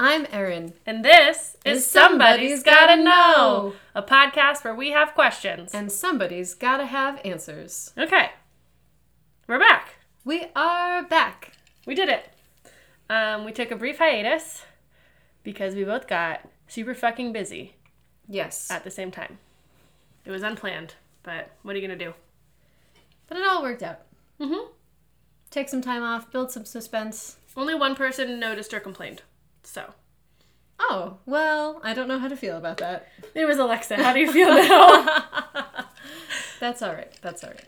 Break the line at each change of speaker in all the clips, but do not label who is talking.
question.
And this is Somebody's
Is Somebody's
Gotta Know,
Gotta Know.
a podcast where we have questions.
And somebody's gotta have answers.
Okay. We're back.
We are back.
We did it. Um, we took a brief hiatus because we both got super fucking busy
Yes.
at the same time. It was unplanned, but what are you going to do?
But it all worked out. Mm-hmm.
Mhm.
Take some time off, build some suspense.
Only one person noticed or complained. So.
Oh, well, I don't know how to feel about that.
It was Alexa. How do you feel now?
That's all right. That's all right.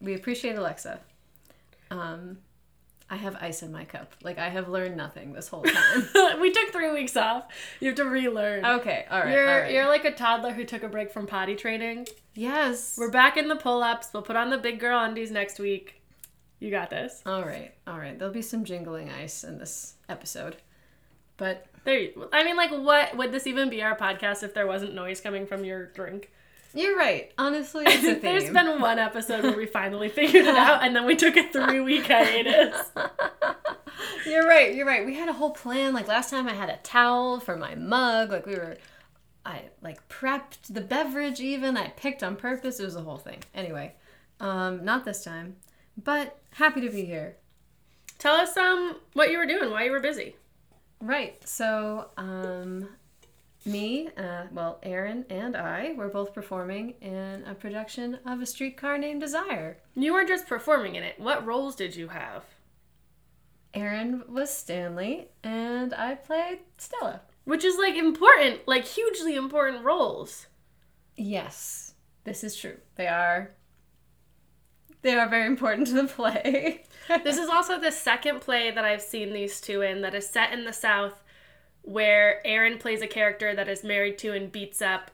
We appreciate Alexa. Um, I have ice in my cup. Like, I have learned nothing this whole time.
we took three weeks off. You have to relearn.
okay, all right,
You're,
all right.
you're like a toddler who took a break from potty training.
yes.
We're back in the pull ups. We'll put on the big girl undies next week. You got this.
All right, all right. There'll be some jingling ice in this episode. But
There. You, I mean, like, what would this even be our podcast if there wasn't noise coming from your drink?
you're right. Honestly, it's a theme.
There's been one episode where we finally figured it out, and then we took a three week hiatus.
You're right. You're right. We had a whole plan. Like last time, I had a towel for my mug. Like we were, I like prepped the beverage. Even I picked on purpose. It was a whole thing. Anyway, um, not this time. But happy to be here.
Tell us um what you were doing, why you were busy.
Right. So, um, me, uh, well, Aaron and I were both performing in a production of A Streetcar Named Desire.
You were just performing in it. What roles did you have?
Aaron was Stanley, and I played Stella.
Which is like important, like hugely important roles.
Yes, this is true. They are. They are very important to the play.
This is also the second play that I've seen these two in that is set in the South, where Aaron plays a character that is married to and beats up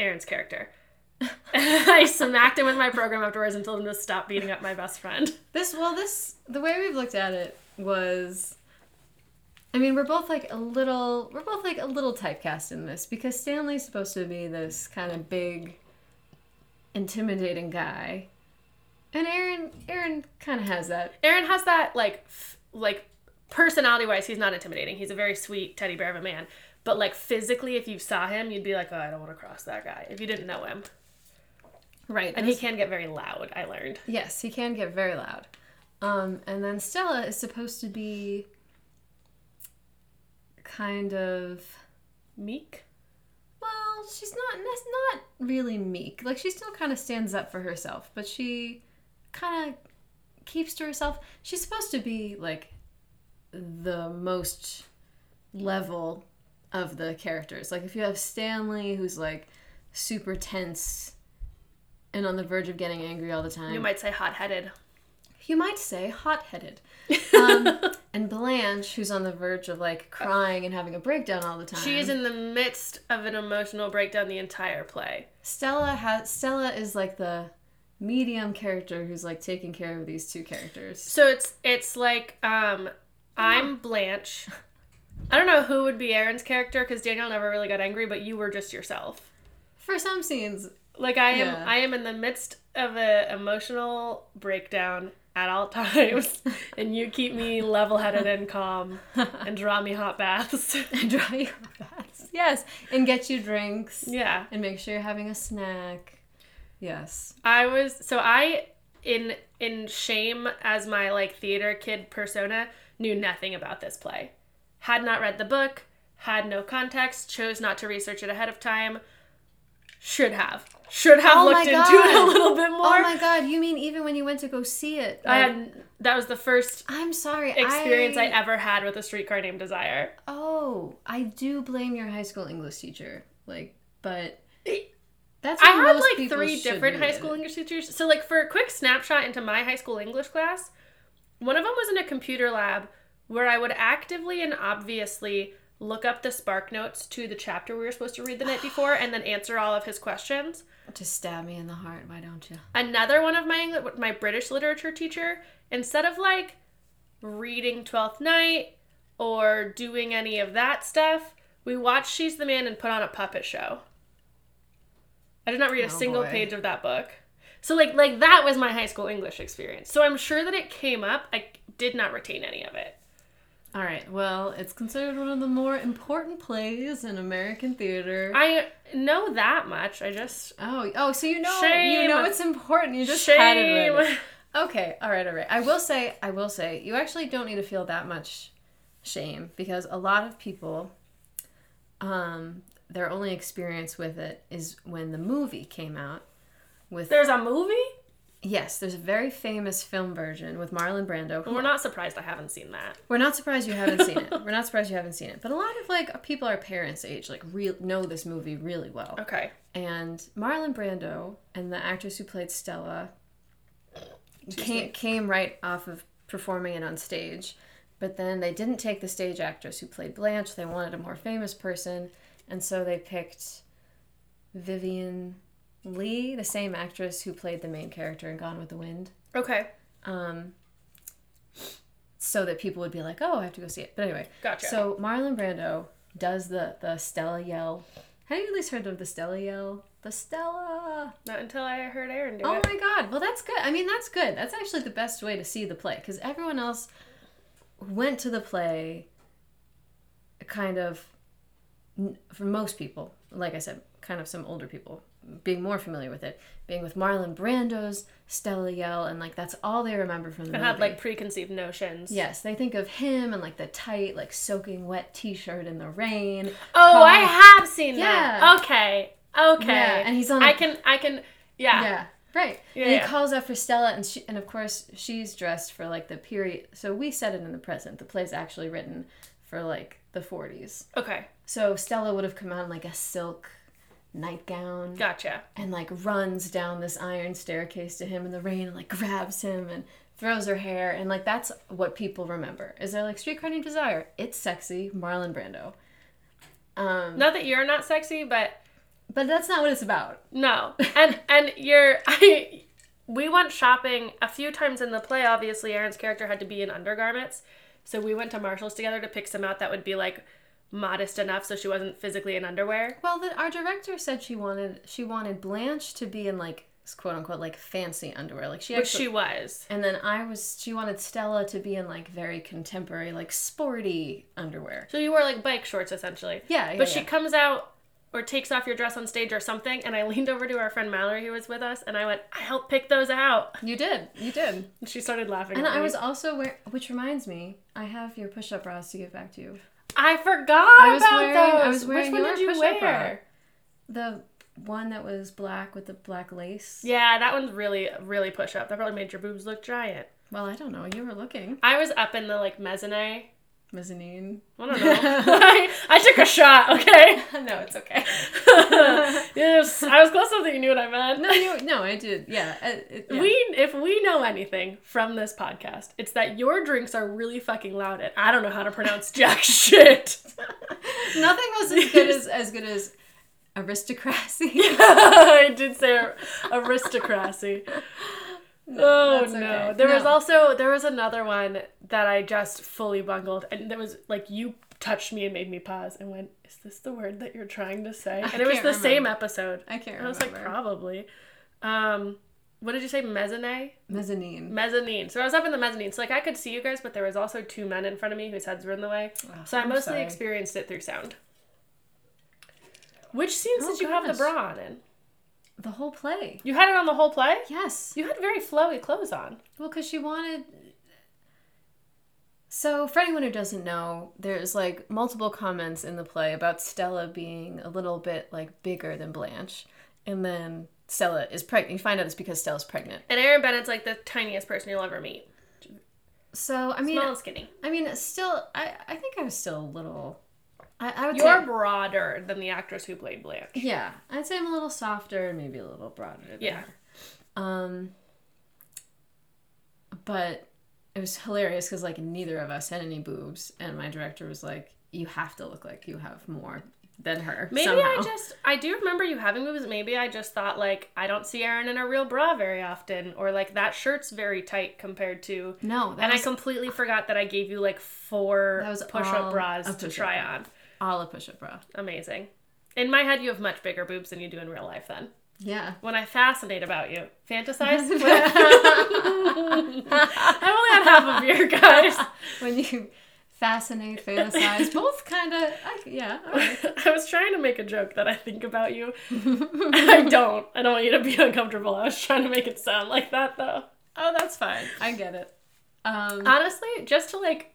Aaron's character. I smacked him with my program afterwards and told him to stop beating up my best friend.
this well, this the way we've looked at it was. I mean, we're both like a little. We're both like a little typecast in this because Stanley's supposed to be this kind of big, intimidating guy, and Aaron. Aaron kind of has that.
Aaron has that like f- like personality wise, he's not intimidating. He's a very sweet teddy bear of a man. But like physically, if you saw him, you'd be like, oh, I don't want to cross that guy. If you didn't know him,
Right.
and he can get very loud. I learned.
Yes, he can get very loud. Um, and then Stella is supposed to be kind of
Meek.
well, she's not that's not really meek. Like she still kind of stands up for herself, but she kind of keeps to herself. She's supposed to be like the most level of the characters. Like if you have Stanley who's like super tense and on the verge of getting angry all the time.
You might say hot headed.
you might say hot-headed um, and blanche who's on the verge of like crying and having a breakdown all the time
She is in the midst of an emotional breakdown the entire play.
stella has stella is like the medium character who's like taking care of these two characters
So it's it's like um I'm Blanche. I don't know who would be Aaron's character because Danielle never really got angry, but you were just yourself.
for some scenes
Like I am
Yeah.
I am in the midst of a emotional breakdown at all times, and you keep me level headed and calm and draw me hot baths.
draw you fast yes and get you drinks
yeah.
and make sure you're having a snack yes
I was so I in in shame as my like theater kid persona knew nothing about this play. Had not read the book, had no context, chose not to research it ahead of time. Should have. Should have
Oh my
looked into
God.
it a little bit more.
oh my god you mean even when you went to go see it
I
like,
had that was the first
i'm sorry
experience I ever had with a streetcar named Desire.
Oh, I do blame your high school English teacher. Like, but that's
I
how
had
most
like
people
three
should
different
read
high
it.
school English teachers. So like for a quick snapshot into my high school English class, one of them was in a computer lab where I would actively and obviously look up the spark notes to the chapter we were supposed to read the night before and then answer all of his questions.
Just stab me in the heart. Why don't you?
Another one of my Engli- my British literature teacher instead of like reading Twelfth Night or doing any of that stuff, we watched She's the Man and put on a puppet show. I did not read a
Oh,
single
boy.
page of that book. So like like that was my high school English experience. So I'm sure that it came up. I did not retain any of it.
All right. Well, it's considered one of the more important plays in American theater.
I know that much. I just
oh, oh, so you know, you
Shame.
know it's important. You just had it.
shame.
Ready. Okay. All right. All right. I will say. I will say. You actually don't need to feel that much shame because a lot of people, um, their only experience with it is when the movie came out. With
There's a movie.
yes, there's a very famous film version with Marlon Brando. who
We're not surprised I haven't seen that.
We're not surprised you haven't seen it. We're not surprised you haven't seen it. But a lot of like people our parents' age like real know this movie really well.
Okay.
And Marlon Brando and the actress who played Stella came, came right off of performing it on stage. But then they didn't take the stage actress who played Blanche. They wanted a more famous person, and so they picked Vivian Lee, the same actress who played the main character in Gone with the Wind
Okay.
um, so that people would be like, "Oh, I have to go see it." But anyway,
Gotcha.
So Marlon Brando does the the Stella yell. Have you at least heard of the Stella yell? The Stella.
Not until I heard Aaron do
Oh
it.
my God! Well, that's good. I mean, that's good. That's actually the best way to see the play because everyone else went to the play, kind of. n- For most people, like I said, kind of some older people being more familiar with it, being with Marlon Brando's Stella yell, and like that's all they remember from the
I
movie.
had like preconceived notions.
Yes, they think of him and like the tight, like soaking wet T-shirt in the rain.
Oh,
Come-
I have seen
Yeah.
that. Okay. Okay.
Yeah, and he's on a-
I can. I can. Yeah.
yeah, right.
Ah. Yeah,
and he
yeah.
calls out for Stella, and she, and of course she's dressed for like the period. So we said it in the present. The play's actually written for like the '40s.
Okay.
So Stella would have come out in like a silk nightgown
Gotcha.
and like runs down this iron staircase to him in the rain and like grabs him and throws her hair and like that's what people remember. Is there like Streetcar Named Desire? It's sexy, Marlon Brando. Um,
Not that you're not sexy, but
But that's not what it's about.
No, and and you're I. We went shopping a few times in the play. Obviously, Aaron's character had to be in undergarments, so we went to Marshalls together to pick some out that would be like modest enough, so she wasn't physically in underwear.
Well, the, our director said she wanted she wanted Blanche to be in like quote unquote like fancy underwear, like she
Which
actually.
she was.
and then I was she wanted Stella to be in like very contemporary, like sporty underwear.
So you wore like bike shorts essentially.
Yeah, yeah.
But she
yeah.
comes out or takes off your dress on stage or something, and I leaned over to our friend Mallory who was with us, and I went, "I helped pick those out."
you did you did.
And she started laughing.
And
at
I
me.
was also wearing, which reminds me, I have your push up bras to give back to you.
I forgot
I was
about
wearing-
those.
I was wearing
Which one
your
did you
push-up
wear?
bra. The one that was black with the black lace.
Yeah, that one's really, really push up. That probably made your boobs look giant.
Well, I don't know. You were looking
I was up in the like mezzanine.
mezzanine.
I don't know. I, I took a shot. Okay.
no, it's okay.
yes, I was close enough that you knew what I meant.
No, you, no, I did. Yeah, it, it- yeah.
We, if we know anything from this podcast, it's that your drinks are really fucking loud, and I don't know how to pronounce jack shit.
Nothing was as good as as good as aristocracy.
I did say aristocracy. oh
that's
no.
okay.
There was
No.
also there was another one that I just fully bungled and there was like you touched me and made me pause and went, Is this the word that you're trying to say? And it was
can't
the same
remember.
episode.
I can't
And I was
remember.
like, probably. Um what did you say? Mezzanine? Mm.
Mezzanine.
Mezzanine. So I was up in the mezzanine. So like I could see you guys, but there was also two men in front of me whose heads were in the way. so I
I'm
mostly
sorry.
experienced it through sound. Which scenes
Oh,
did you have the
gosh.
bra on in?
The whole play.
You had it on the whole play?
Yes.
You had very flowy clothes on.
Well, because she wanted. So, for anyone who doesn't know, there's like multiple comments in the play about Stella being a little bit like bigger than Blanche. And then Stella is pregnant. You find out it's because Stella's pregnant.
And Aaron Bennett's like the tiniest person you'll ever meet.
So, I mean,
Small and skinny.
I mean, still, I, I think I was still a little. I, I would say.
You're broader than the actress who played Blanche.
Yeah, I'd say I'm a little softer and maybe a little broader. Than
Yeah.
her. Um. But it was hilarious because like neither of us had any boobs, and my director was like, "You have to look like you have more than her."
Maybe
somehow.
I just I do remember you having movies. Maybe I just thought like I don't see Aaron in a real bra very often, or like that shirt's very tight compared to.
no. That
And I
was
completely forgot that I gave you like four
That was
push-up
all
bras
a
to
push-up
try
bra.
on.
all a push-up bra.
Amazing. In my head, you have much bigger boobs than you do in real life. Then
Yeah.
when I fascinate about you, fantasize. I've only had half a beer, guys.
when you fascinate, fantasize, both kind of. Yeah. all right.
I was trying to make a joke that I think about you. I don't. I don't want you to be uncomfortable. I was trying to make it sound like that though. Oh, that's fine.
I get it. Um,
Honestly, just to like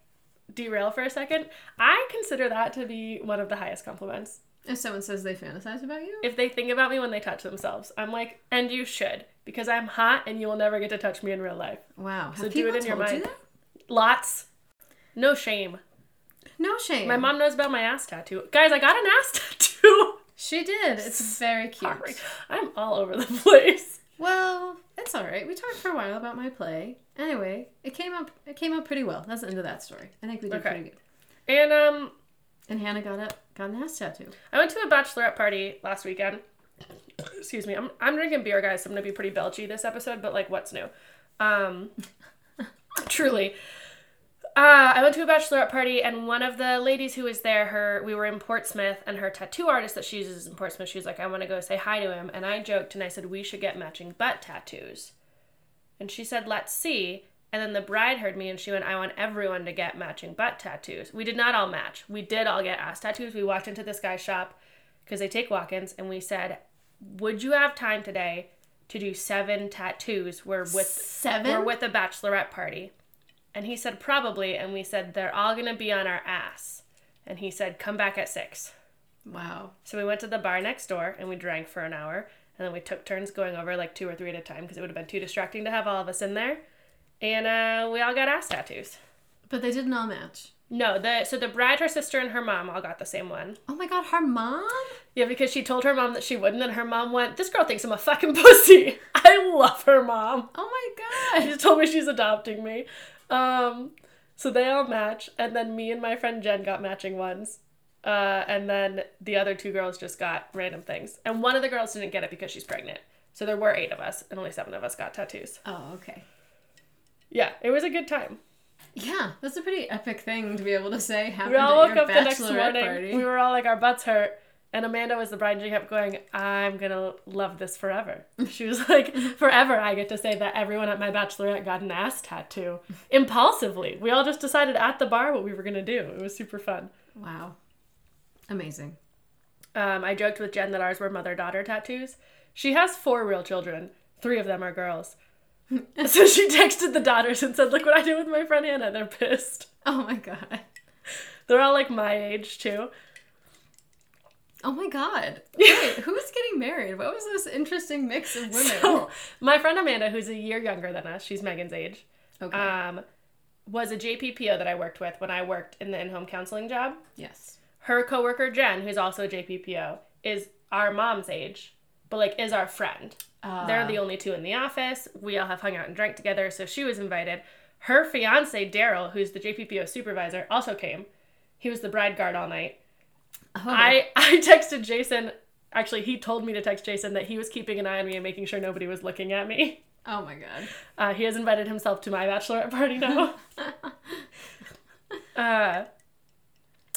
derail for a second, I consider that to be one of the highest compliments.
if someone says they fantasize about you,
If they think about me when they touch themselves, I'm like, and you should, because I'm hot and you will never get to touch me in real life.
wow. Have
So do
people
it in your
told you
mind.
that?
Lots. No shame.
No shame.
My mom knows about my ass tattoo. Guys, I got an ass tattoo.
She did. It's very cute.
Sorry. I'm all over the place.
Well, it's all right. We talked for a while about my play. Anyway, it came up. It came out pretty well. That's the end of that story. I think we did
Okay.
pretty good.
And um
And Hannah got a got an ass tattoo.
I went to a bachelorette party last weekend. Excuse me. I'm, I'm drinking beer, guys, so I'm going to be pretty belchy this episode, but like, what's new? Um, truly. Uh, I went to a bachelorette party, and one of the ladies who was there, her we were in Portsmouth, and her tattoo artist that she uses is in Portsmouth, she was like, I want to go say hi to him. And I joked and I said, We should get matching butt tattoos. And she said, Let's see. And then the bride heard me and she went, I want everyone to get matching butt tattoos. We did not all match. We did all get ass tattoos. We walked into this guy's shop because they take walk ins and we said, Would you have time today to do seven tattoos? We're with
Seven.
we're with a bachelorette party. And he said, Probably. And we said, They're all going to be on our ass. And he said, Come back at six.
wow.
So we went to the bar next door and we drank for an hour. And then we took turns going over like two or three at a time because it would have been too distracting to have all of us in there. And uh, we all got ass tattoos.
But they didn't all match.
No, the so the bride, her sister, and her mom all got the same one.
Oh my god, her mom?
Yeah, because she told her mom that she wouldn't, and her mom went, "This girl thinks I'm a fucking pussy." I love her mom.
Oh my
She
god.
just told me she's adopting me. Um, so they all match, and then me and my friend Jen got matching ones. Uh, and then the other two girls just got random things. And one of the girls didn't get it because she's pregnant. So there were eight of us, and only seven of us got tattoos.
Oh, okay.
Yeah, it was a good time.
Yeah, that's a pretty epic thing to be able to say happened
We all woke
at your
up the next
bachelorette
morning.
party.
We were all like, our butts hurt. And Amanda was the bride, and she kept going, I'm gonna love this forever. She was like, Forever, I get to say that everyone at my bachelorette got an ass tattoo. Impulsively. We all just decided at the bar what we were gonna do. It was super fun.
Wow. Amazing.
Um, I joked with Jen that ours were mother daughter tattoos. She has four real children, three of them are girls. so she texted the daughters and said, Look what I did with my friend Hannah. They're pissed.
Oh my god.
They're all like my age, too.
Oh my god. Wait, who's getting married? What was this interesting mix of women?
So, my friend Amanda, who's a year younger than us, she's Megan's age,
Oh, okay.
um, was a JPPO that I worked with when I worked in the in home counseling job.
yes.
Her coworker, Jen, who's also a JPPO, is our mom's age, but like is our friend.
Uh,
They're the only two in the office. We all have hung out and drank together, so she was invited. Her fiance, Daryl, who's the JPPO supervisor, also came. He was the bride guard all night.
oh.
I, I texted Jason. Actually, he told me to text Jason that he was keeping an eye on me and making sure nobody was looking at me.
oh my god.
Uh, he has invited himself to my bachelorette party now. uh,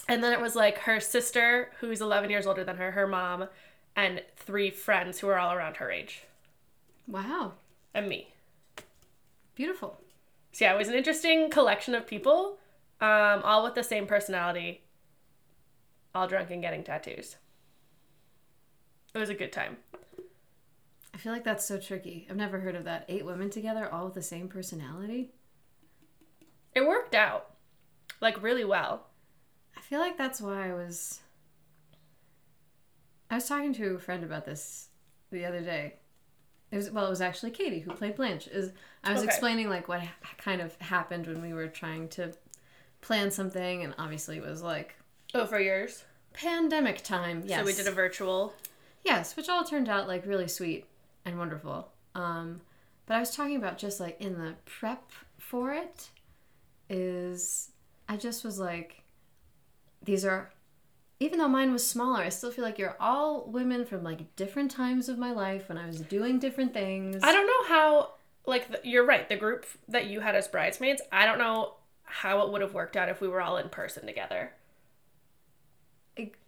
and then it was like her sister, who's 11 years older than her, her mom, and three friends who are all around her age,
Wow.
and me.
Beautiful.
So yeah, it was an interesting collection of people, um, all with the same personality, all drunk and getting tattoos. It was a good time.
I feel like that's so tricky. I've never heard of that. Eight women together, all with the same personality.
It worked out, like really well.
I feel like that's why I was. I was talking to a friend about this the other day. It was well, it was actually Katie who played Blanche. Is I was
Okay.
explaining like what ha- kind of happened when we were trying to plan something, and obviously it was like
Oh, for yours.
pandemic time. Yes,
So we did a virtual.
Yes, which all turned out like really sweet and wonderful. Um, but I was talking about just like in the prep for it is I just was like, these are, even though mine was smaller, I still feel like you're all women from like different times of my life when I was doing different things.
I don't know how, like, the, you're right. The group that you had as bridesmaids, I don't know how it would have worked out if we were all in person together.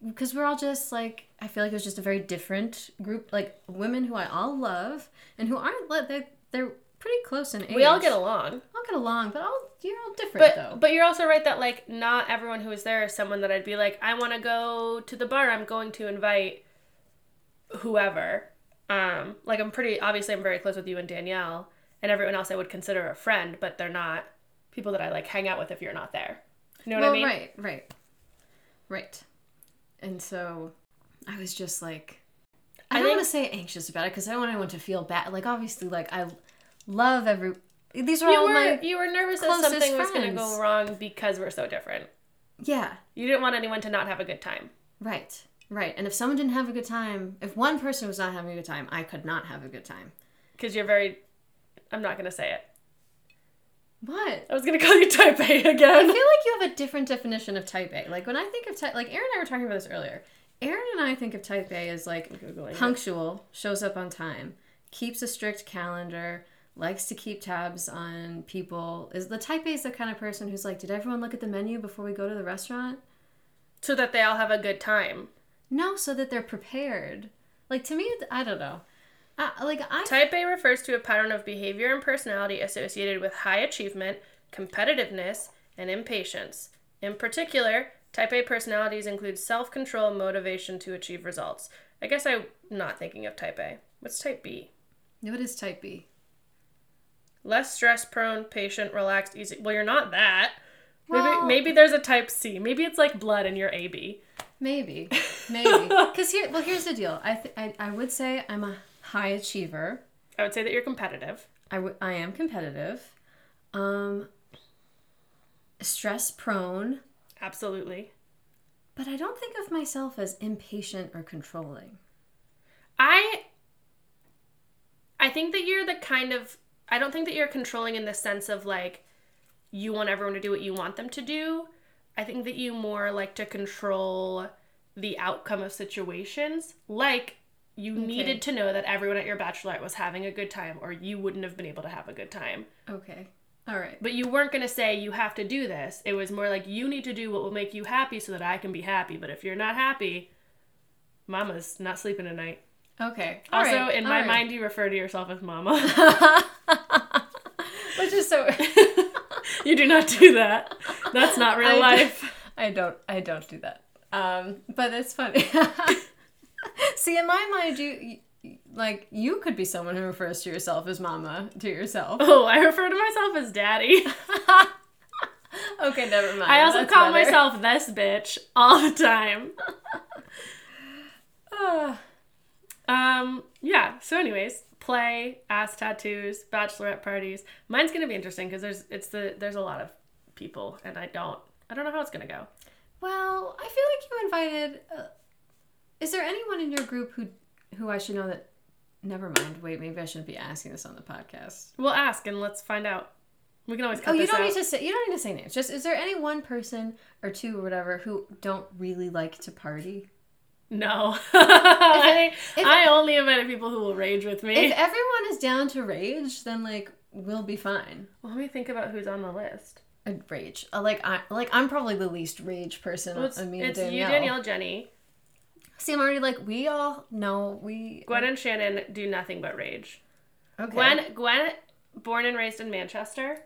because we're all just like I feel like it was just a very different group, like women who I all love and who aren't. They're, they're pretty close in age.
We all get along.
get along, but all you're all different
But
though.
but you're also right that like not everyone who is there is someone that I'd be like I want to go to the bar. I'm going to invite whoever. Um, like I'm pretty obviously I'm very close with you and Danielle and everyone else I would consider a friend, but they're not people that I like hang out with if you're not there. You know what
well,
I mean?
right, right, right. And so I was just like,
I
I, don't
think-
want to say anxious about it because I don't want anyone to feel bad. Like obviously, like I love every. These are
You
all
were
my
you were nervous that
closest
something was going to
friends.
go wrong because we're so different.
yeah,
You didn't want anyone to not have a good time.
right, right. And if someone didn't have a good time, if one person was not having a good time, I could not have a good time.
Because you're very. I'm not gonna say it.
What?
I was gonna call you type A
I feel
again.
like you have a different definition of type A. Like when I think of type, like Aaron and I were talking about this earlier. Aaron and I think of type A as like
Googling it.
punctual, shows up on time, keeps a strict calendar, likes to keep tabs on people. Is the type A is the kind of person who's like, did everyone look at the menu before we go to the restaurant?
so that they all have a good time.
No, so that they're prepared. Like to me, it- I don't know. I, like I
Type A refers to a pattern of behavior and personality associated with high achievement, competitiveness, and impatience. In particular, type A personalities include self control, motivation to achieve results. I guess I'm not thinking of type A. What's type B?
what is type B?
Less stress prone, patient, relaxed, easy. Well, you're not that. maybe,
Well-
maybe there's a type C. Maybe it's like blood and you're AB.
Maybe, maybe. Because here, well, here's the deal. I, th- I I would say I'm a high achiever.
I would say that you're competitive.
I, w- I am competitive. Um, stress prone.
Absolutely.
But I don't think of myself as impatient or controlling.
I I think that you're the kind of I don't think that you're controlling in the sense of like you want everyone to do what you want them to do. I think that you more like to control the outcome of situations. Like you needed to know that everyone at your bachelorette was having a good time or you wouldn't have been able to have a good time.
Okay. All right.
But you weren't going to say you have to do this. It was more like you need to do what will make you happy so that I can be happy. But if you're not happy, mama's not sleeping tonight.
Okay. All
Also,
right.
in
All
my
right.
mind, you refer to yourself as mama.
which is so
you do not do that. That's not real
I
life.
Don't, I don't. I don't do that. Um, but it's funny. See, in my mind, you you- like you could be someone who refers to yourself as mama to yourself.
Oh, I refer to myself as daddy.
Okay, never mind.
I also
Oh, That's
call
better.
myself this bitch all the time.
Ah,
Um, yeah. So, anyways, play, ass tattoos, bachelorette parties. Mine's gonna be interesting because there's it's the there's a lot of people, and I don't I don't know how it's gonna go.
well, I feel like you invited. Uh, is there anyone in your group who who I should know that? Never mind. Wait, maybe I shouldn't be asking this on the podcast.
We'll ask and let's find out. We can always cut
Oh, you
this
don't
out.
need to say you don't need to say names. Just is there any one person or two or whatever who don't really like to party?
No, I,
if-
I only invited people who will rage with me.
If everyone is down to rage, then like we'll be fine.
Well, Let me think about who's on the list.
I'd rage. Uh, Like I like I'm probably the least rage person.
Well, it's
Oh, I mean,
it's
Danielle.
you, Danielle, Jenny.
See, I'm already like we all know we.
Gwen and Shannon do nothing but rage.
Okay.
Gwen, Gwen, born and raised in Manchester.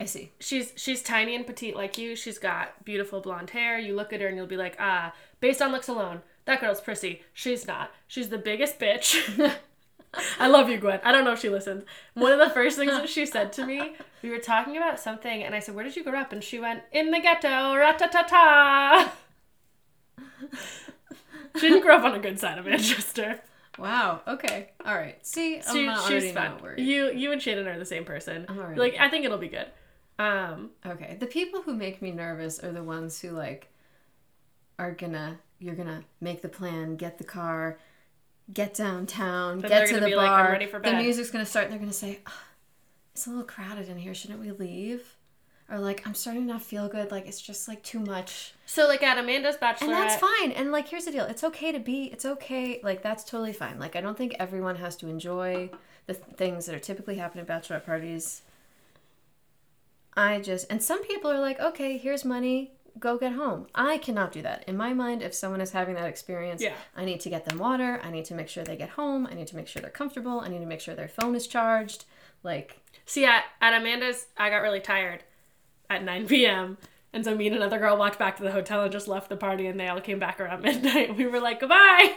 I see.
She's she's tiny and petite like you. She's got beautiful blonde hair. You look at her and you'll be like, ah, based on looks alone, that girl's prissy. She's not. She's the biggest bitch. I love you, Gwen. I don't know if she listens. One of the first things that she said to me, we were talking about something, and I said, "Where did you grow up?" And she went, "In the ghetto, ra ta ta ta." She didn't grow up on a good side of Manchester.
Wow. Okay. All right. See,
She-
I'm not already
she's
not
fun.
worried.
You you and Shannon are the same person.
I'm already
Like I think it'll be good. Um,
Okay. The people who make me nervous are the ones who like are gonna you're gonna make the plan, get the car, get downtown,
they're
get to
gonna
the
be
bar.
like, "I'm ready for
The
bed."
music's gonna start and they're gonna say, "Ugh, "It's a little crowded in here. Shouldn't we leave?" Or like, "I'm starting to not feel good. Like it's just like too much."
so like at Amanda's bachelorette,
And that's fine. And like, here's the deal: it's okay to be. It's okay. Like, that's totally fine. Like, I don't think everyone has to enjoy the th- things that are typically happen at bachelorette parties. I just and some people are like, okay, here's money. go get home. I cannot do that. In my mind, if someone is having that experience,
Yeah.
I need to get them water. I need to make sure they get home. I need to make sure they're comfortable. I need to make sure their phone is charged. Like,
See, at, at Amanda's, I got really tired at 9 p.m. And so me and another girl walked back to the hotel and just left the party, and they all came back around midnight. We were like, goodbye.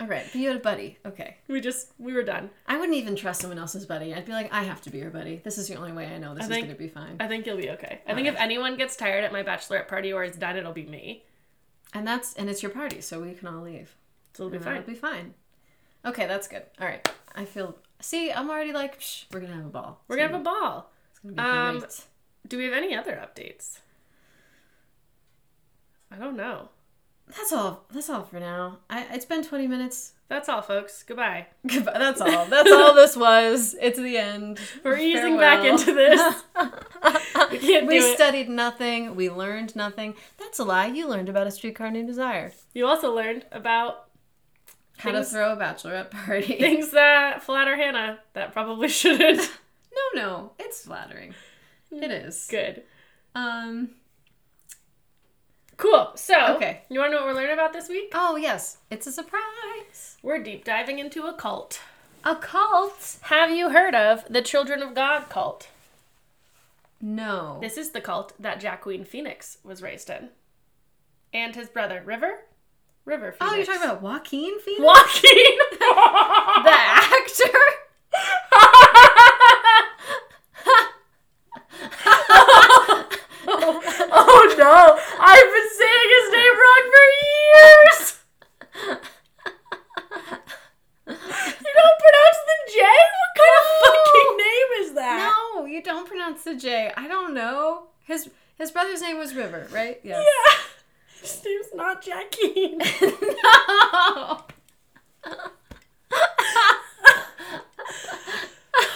all right, be a buddy. Okay.
We just, we were done.
I wouldn't even trust someone else's buddy. I'd be like, I have to be your buddy. This is the only way I know this is
think-
going to be fine.
I think you'll be okay. I think if anyone gets tired at my bachelorette party or is done, it'll be me.
and that's, and it's your party, so we can all leave.
So it'll be
And
fine.
It'll be fine. Okay, that's good. All right. I feel, see, I'm already like, Shh, we're going to have a ball.
We're gonna have a ball.
It's going to be
um,
great.
Do we have any other updates? I don't know.
That's all. That's all for now. I, it's been 20 minutes.
That's all, folks. Goodbye.
Goodbye. That's all. That's all this was. It's the end.
We're easing back into this. We can't
we
do it.
studied nothing. We learned nothing. That's a lie. You learned about a streetcar named Desire.
You also learned about
How to
Things-
throw a bachelorette party.
things that flatter Hannah that probably shouldn't.
no, no, it's flattering. It is.
Mm. Good.
Um.
Cool. So,
Okay.
you want to know what we're learning about this week?
Oh yes, it's a surprise.
We're deep diving into a cult.
A cult?
Have you heard of the Children of God cult?
No.
This is the cult that Jacqueline Phoenix was raised in. And his brother, River? River Phoenix.
oh, you're talking about Joaquin Phoenix,
Joaquin!
the actor.
oh no! I've been saying his name wrong for years! you don't pronounce the J? What kind of fucking name is that?
No, you don't pronounce the J. I don't know. His his brother's name was River, right? Yes.
Yeah. His name's not Jacqueline.
no.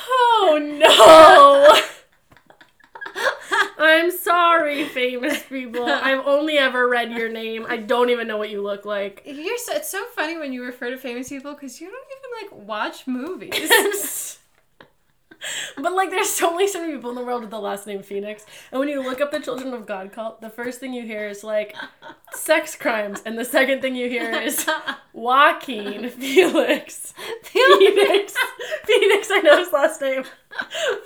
oh no! I'm sorry, famous people. I've only ever read your name. I don't even know what you look like.
You're so, it's so funny when you refer to famous people because you don't even like watch movies.
but like, there's only so many people in the world with the last name Phoenix, and when you look up the Children of God cult, the first thing you hear is like sex crimes, and the second thing you hear is Joaquin Felix Phoenix Phoenix. I know his last name.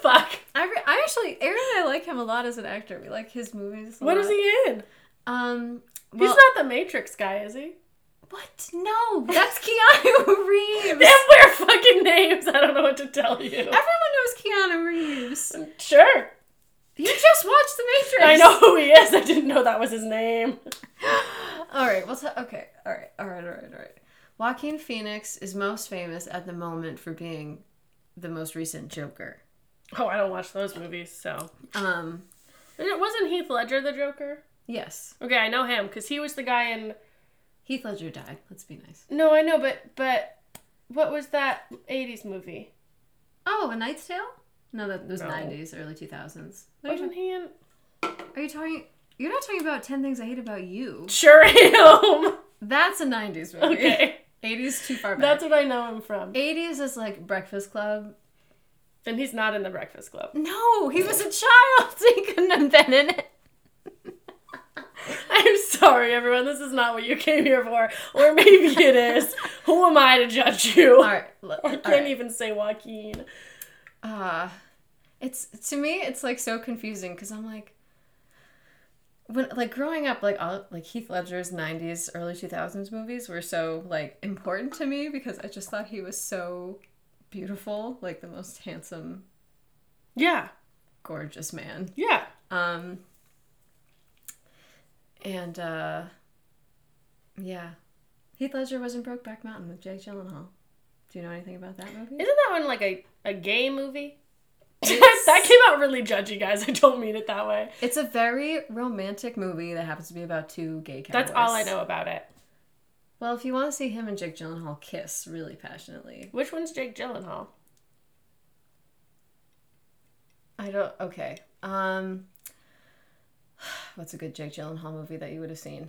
Fuck.
I, re- I actually Aaron and I like him a lot as an actor. We like his movies. A
What
lot.
is he in?
Um.
He's
well-
not the Matrix guy, is he?
What? No, that's Keanu Reeves.
They have weird fucking names. I don't know what to tell you.
Everyone knows Keanu Reeves.
Sure.
You just watched The Matrix.
I know who he is. I didn't know that was his name.
all right, well, t- okay, all right, all right, all right, all right. Joaquin Phoenix is most famous at the moment for being the most recent Joker.
Oh, I don't watch those movies, so.
Um,
And it wasn't Heath Ledger the Joker?
yes,
Okay, I know him because he was the guy in.
Heath Ledger died. Let's be nice.
No, I know, but but what was that '80s movie?
Oh, A Knight's Tale? No, that was
No.
nineties, early two thousands. Are you
Wasn't he in?
talking? You're not talking about Ten Things I Hate About You.
Sure am.
That's a nineties movie.
Okay,
Eighties too far back.
that's what I know him from.
Eighties is like Breakfast Club.
And he's not in the Breakfast Club.
No, he was a child. so He couldn't have been in it.
I'm sorry, everyone. This is not what you came here for, or maybe it is. Who am I to judge you?
All right, look,
I
all
can't
right.
even say Joaquin.
uh it's to me it's like so confusing because i'm like when like growing up like all like heath ledger's 90s early 2000s movies were so like important to me because i just thought he was so beautiful like the most handsome
Yeah,
gorgeous man
yeah.
um and uh yeah heath ledger was in brokeback mountain with jake gyllenhaal do you know anything about that movie
Isn't that one like a, a gay movie? that came out really judgy, guys. I don't mean it that way.
It's a very romantic movie that happens to be about two gay cowboys.
That's all I know about it.
Well, if you want to see him and Jake Gyllenhaal kiss really passionately,
Which one's Jake Gyllenhaal?
I don't. Okay. Um, what's a good Jake Gyllenhaal movie that you would have seen?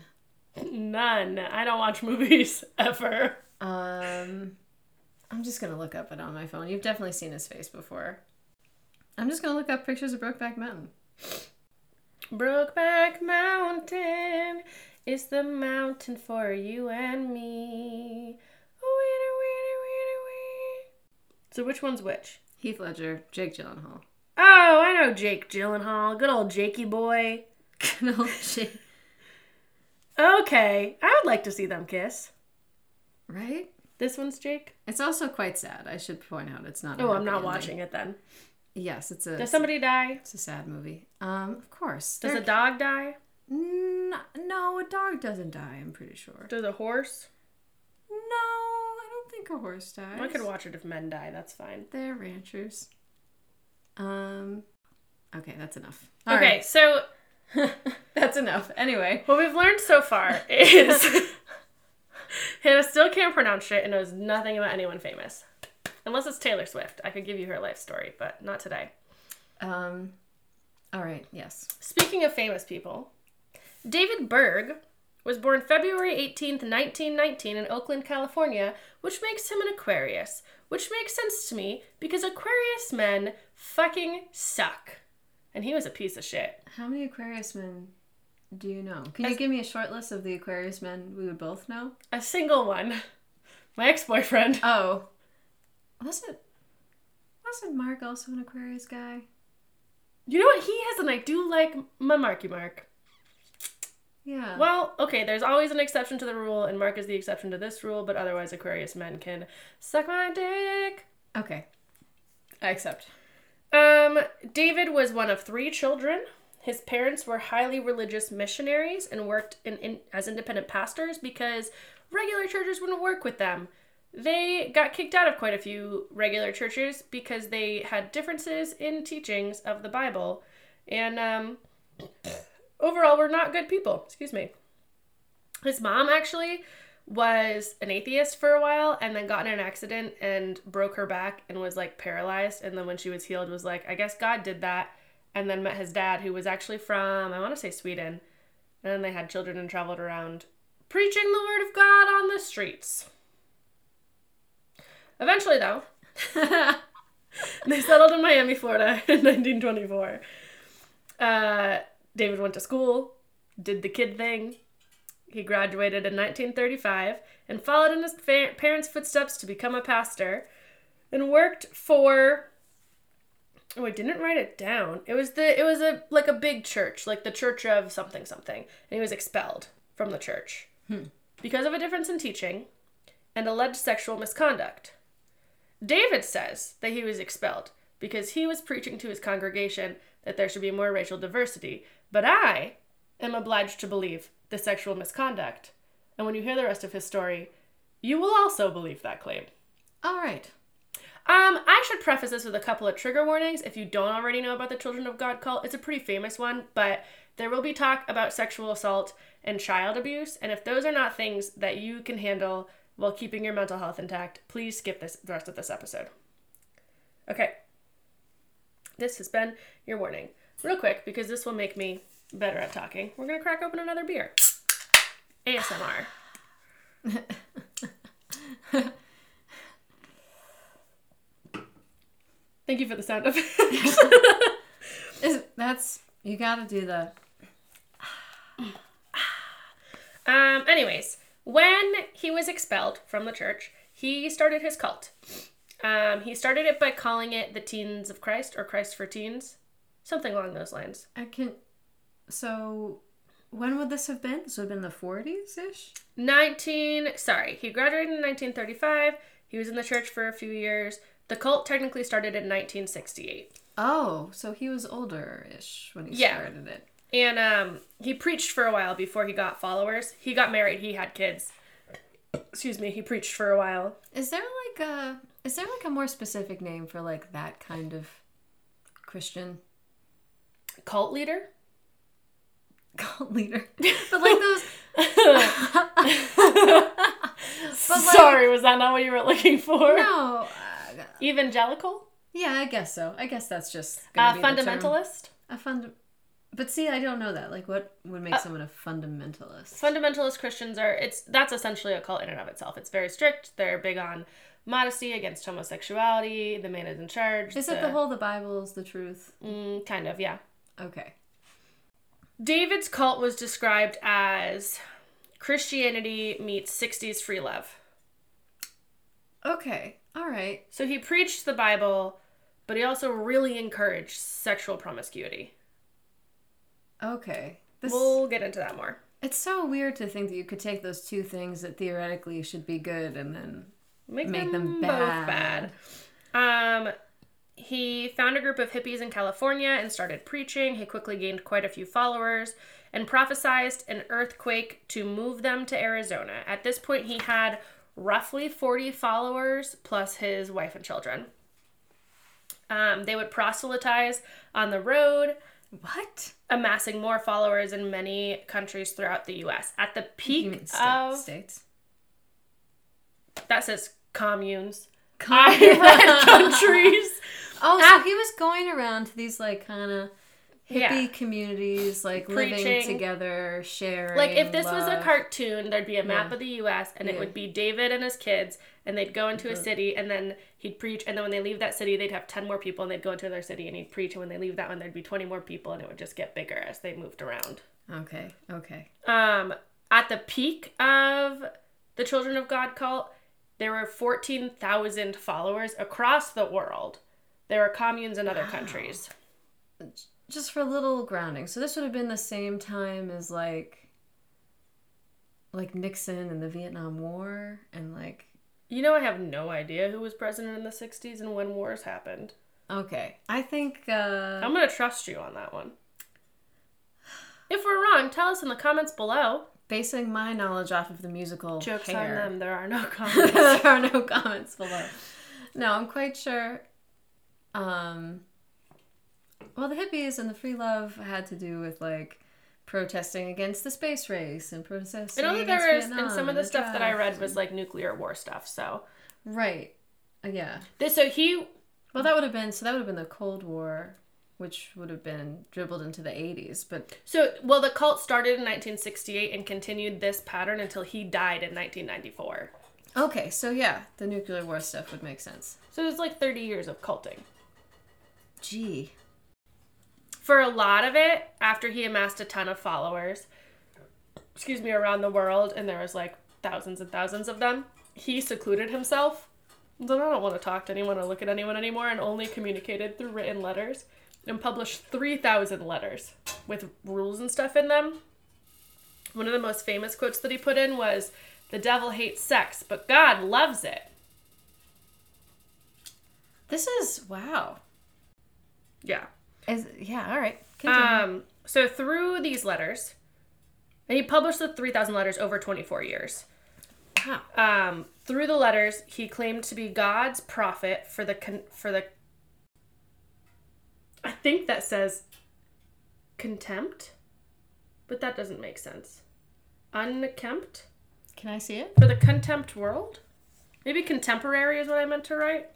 None. I don't watch movies ever.
Um, I'm just gonna look up it on my phone. You've definitely seen his face before. I'm just gonna look up pictures of Brokeback Mountain.
Brokeback Mountain is the mountain for you and me. Oh, wee, wee, wee, wee. So which one's which?
Heath Ledger, Jake Gyllenhaal.
Oh, I know Jake Gyllenhaal, good old Jakey boy.
Good old Jake.
Okay, I would like to see them kiss.
Right?
This one's Jake.
It's also quite sad. I should point out it's not. a
Oh, I'm
happy
not
ending.
watching it then.
Yes, it's a
Does somebody die?
it's a sad movie. Um, of course.
Does
There-
a dog die?
N- no, a dog doesn't die. I'm pretty sure.
Does a horse?
No, I don't think a horse dies.
I could watch it if men die. That's fine.
They're ranchers. Um, okay, that's enough. All
okay,
right.
so
that's enough. Anyway,
what we've learned so far is Hannah still can't pronounce shit and knows nothing about anyone famous. Unless it's Taylor Swift. I could give you her life story, but not today.
um, all right. Yes.
Speaking of famous people, David Berg was born February 18th, 1919, in Oakland, California, which makes him an Aquarius. Which makes sense to me because Aquarius men fucking suck. And he was a piece of shit.
How many Aquarius men do you know? Can you give me a short list of the Aquarius men we would both know?
A single one. My ex boyfriend.
Oh, wasn't wasn't Mark also an Aquarius guy?
You know what he has, and I do like my Marky Mark.
Yeah.
Well, okay, there's always an exception to the rule, and Mark is the exception to this rule, but otherwise, Aquarius men can suck my dick.
Okay. I accept.
Um, David was one of three children. His parents were highly religious missionaries and worked in, in as independent pastors because regular churches wouldn't work with them. They got kicked out of quite a few regular churches because they had differences in teachings of the Bible, and um, overall were not good people. Excuse me. His mom actually was an atheist for a while and then got in an accident and broke her back and was like paralyzed and then when she was healed was like I guess God did that and then met his dad who was actually from I want to say Sweden and then they had children and traveled around preaching the word of God on the streets. Eventually though, they settled in Miami, Florida in 1924. Uh, David went to school, did the kid thing. He graduated in 1935 and followed in his fa- parents' footsteps to become a pastor and worked for Oh, I didn't write it down. It was the it was a like a big church, like the church of something something. And he was expelled from the church because of a difference in teaching and alleged sexual misconduct. David says that he was expelled because he was preaching to his congregation that there should be more racial diversity, but I am obliged to believe the sexual misconduct. And when you hear the rest of his story, you will also believe that claim.
All right.
Um, I should preface this with a couple of trigger warnings. If you don't already know about the Children of God cult, it's a pretty famous one, but there will be talk about sexual assault and child abuse. And if those are not things that you can handle while keeping your mental health intact, please skip this the rest of this episode. Okay. This has been your warning. Real quick, because this will make me better at talking. We're gonna crack open another beer. ASMR. Thank you for the sound effect.
Is- That's you got to do the
Um, anyways, when he was expelled from the church, he started his cult. Um, he started it by calling it the Teens of Christ or Christ for Teens, something along those lines.
I can. So, when would this have been? This would have been the forties ish.
19, sorry, he graduated in 1935. He was in the church for a few years. The cult technically started in 1968.
Oh, so he was older ish when he
Yeah.
started it.
And um, he preached for a while before he got followers. He got married, he had kids. Excuse me, he preached for a while.
Is there like a is there like a more specific name for like that kind of Christian
Cult leader?
cult leader? But like those. but like,
Sorry, was that not what you were looking for?
No. Uh,
Evangelical?
yeah, I guess so. I guess that's just
Uh,
gonna be the term.
fundamentalist?
A fund. But see, I don't know that. Like, what would
Uh,
make someone a fundamentalist?
Fundamentalist Christians are it's that's essentially a cult in and of itself. It's very strict. They're big on modesty against homosexuality. The man is in charge.
Is it the whole the Bible is the truth?
mm, kind of yeah?
Okay.
David's cult was described as Christianity meets 60s free love.
Okay. All right.
So he preached the Bible, but he also really encouraged sexual promiscuity.
Okay. This
We'll get into that more.
it's so weird to think that you could take those two things that theoretically should be good and then
Make,
Make
them,
them
both bad. Um, he found a group of hippies in California and started preaching. He quickly gained quite a few followers and prophesized an earthquake to move them to Arizona. At this point, he had roughly 40 followers plus his wife and children. Um, they would proselytize on the road,
what?
amassing more followers in many countries throughout the U.S. At the peak
You mean sta-
of
states?
that says communes. I read countries.
Oh, so he was going around to these like kind of hippie
Yeah.
communities, like living
Preaching.
together, sharing.
Like if this was a
love.
cartoon, there'd be a map
Yeah.
of the U.S. and it
Yeah. Uh-huh.
would be David and his kids, and they'd go into a city, and then he'd preach, and then when they leave that city, they'd have ten more people, and they'd go into another city, and he'd preach, and when they leave that one, there'd be twenty more people, and it would just get bigger as they moved around.
Okay, okay.
Um, at the peak of the Children of God cult, there were fourteen thousand followers across the world. There are communes in other countries.
Just for a little grounding. So this would have been the same time as like like Nixon and the Vietnam War and like
You know, I have no idea who was president in the '60s and when wars happened.
okay. I think uh
I'm gonna trust you on that one. If we're wrong, tell us in the comments below.
basing my knowledge off of the musical
Jokes on
Hair-
them. There are no comments.
there are no comments below. No, I'm quite sure. Um, well, the hippies and the free love had to do with like protesting against the space race and
I
protesting.
know that
against
there is, and
Vietnam
some of the stuff that I
draft.
read was like nuclear war stuff. So
Right. Uh, Yeah.
this, so he,
Well, that would have been so. That would have been the Cold War, which would have been dribbled into the 80s. But
so well, the cult started in 1968 and continued this pattern until he died in 1994.
okay, so yeah, the nuclear war stuff would make sense.
So there's like 30 years of culting.
Gee.
for a lot of it after he amassed a ton of followers excuse me around the world and there was like thousands and thousands of them he secluded himself then i don't want to talk to anyone or look at anyone anymore and only communicated through written letters and published 3000 letters with rules and stuff in them one of the most famous quotes that he put in was the devil hates sex but god loves it
This is wow.
yeah
Is yeah. All right. Continue.
Um, so through these letters, and he published the 3,000 letters over 24 years.
wow.
Um, through the letters, he claimed to be God's prophet for the con- for the. I think that says contempt, but that doesn't make sense. Unkempt
Can I see it?
for the contempt world. Maybe contemporary is what I meant to write.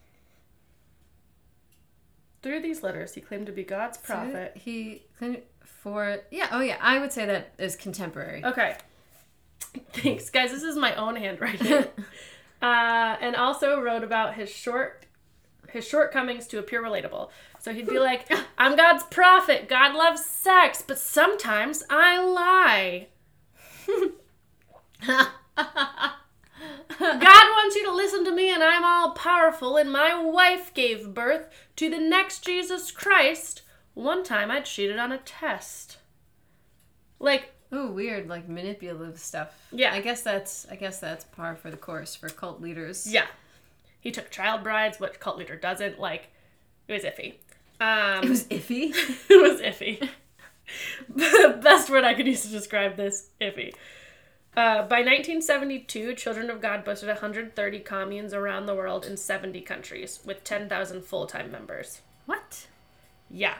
Through these letters, he claimed to be God's prophet.
He claimed for yeah. Oh yeah, I would say that is contemporary.
Okay. Thanks, guys. This is my own handwriting. uh, and also wrote about his short his shortcomings to appear relatable. So he'd be like, "I'm God's prophet. God loves sex, but sometimes I lie. God wants you to listen to me, and I'm all powerful. And my wife gave birth to the next Jesus Christ. One time, I cheated on a test. Like."
Oh, weird, like manipulative stuff.
Yeah.
I guess that's I guess that's par for the course for cult leaders.
Yeah. He took child brides, which cult leader doesn't. Like, it was iffy. Um,
It was iffy.
it was iffy. the best word I could use to describe this iffy. Uh, by 1972, Children of God boasted 130 communes around the world in 70 countries with 10,000 full time members.
what?
Yeah.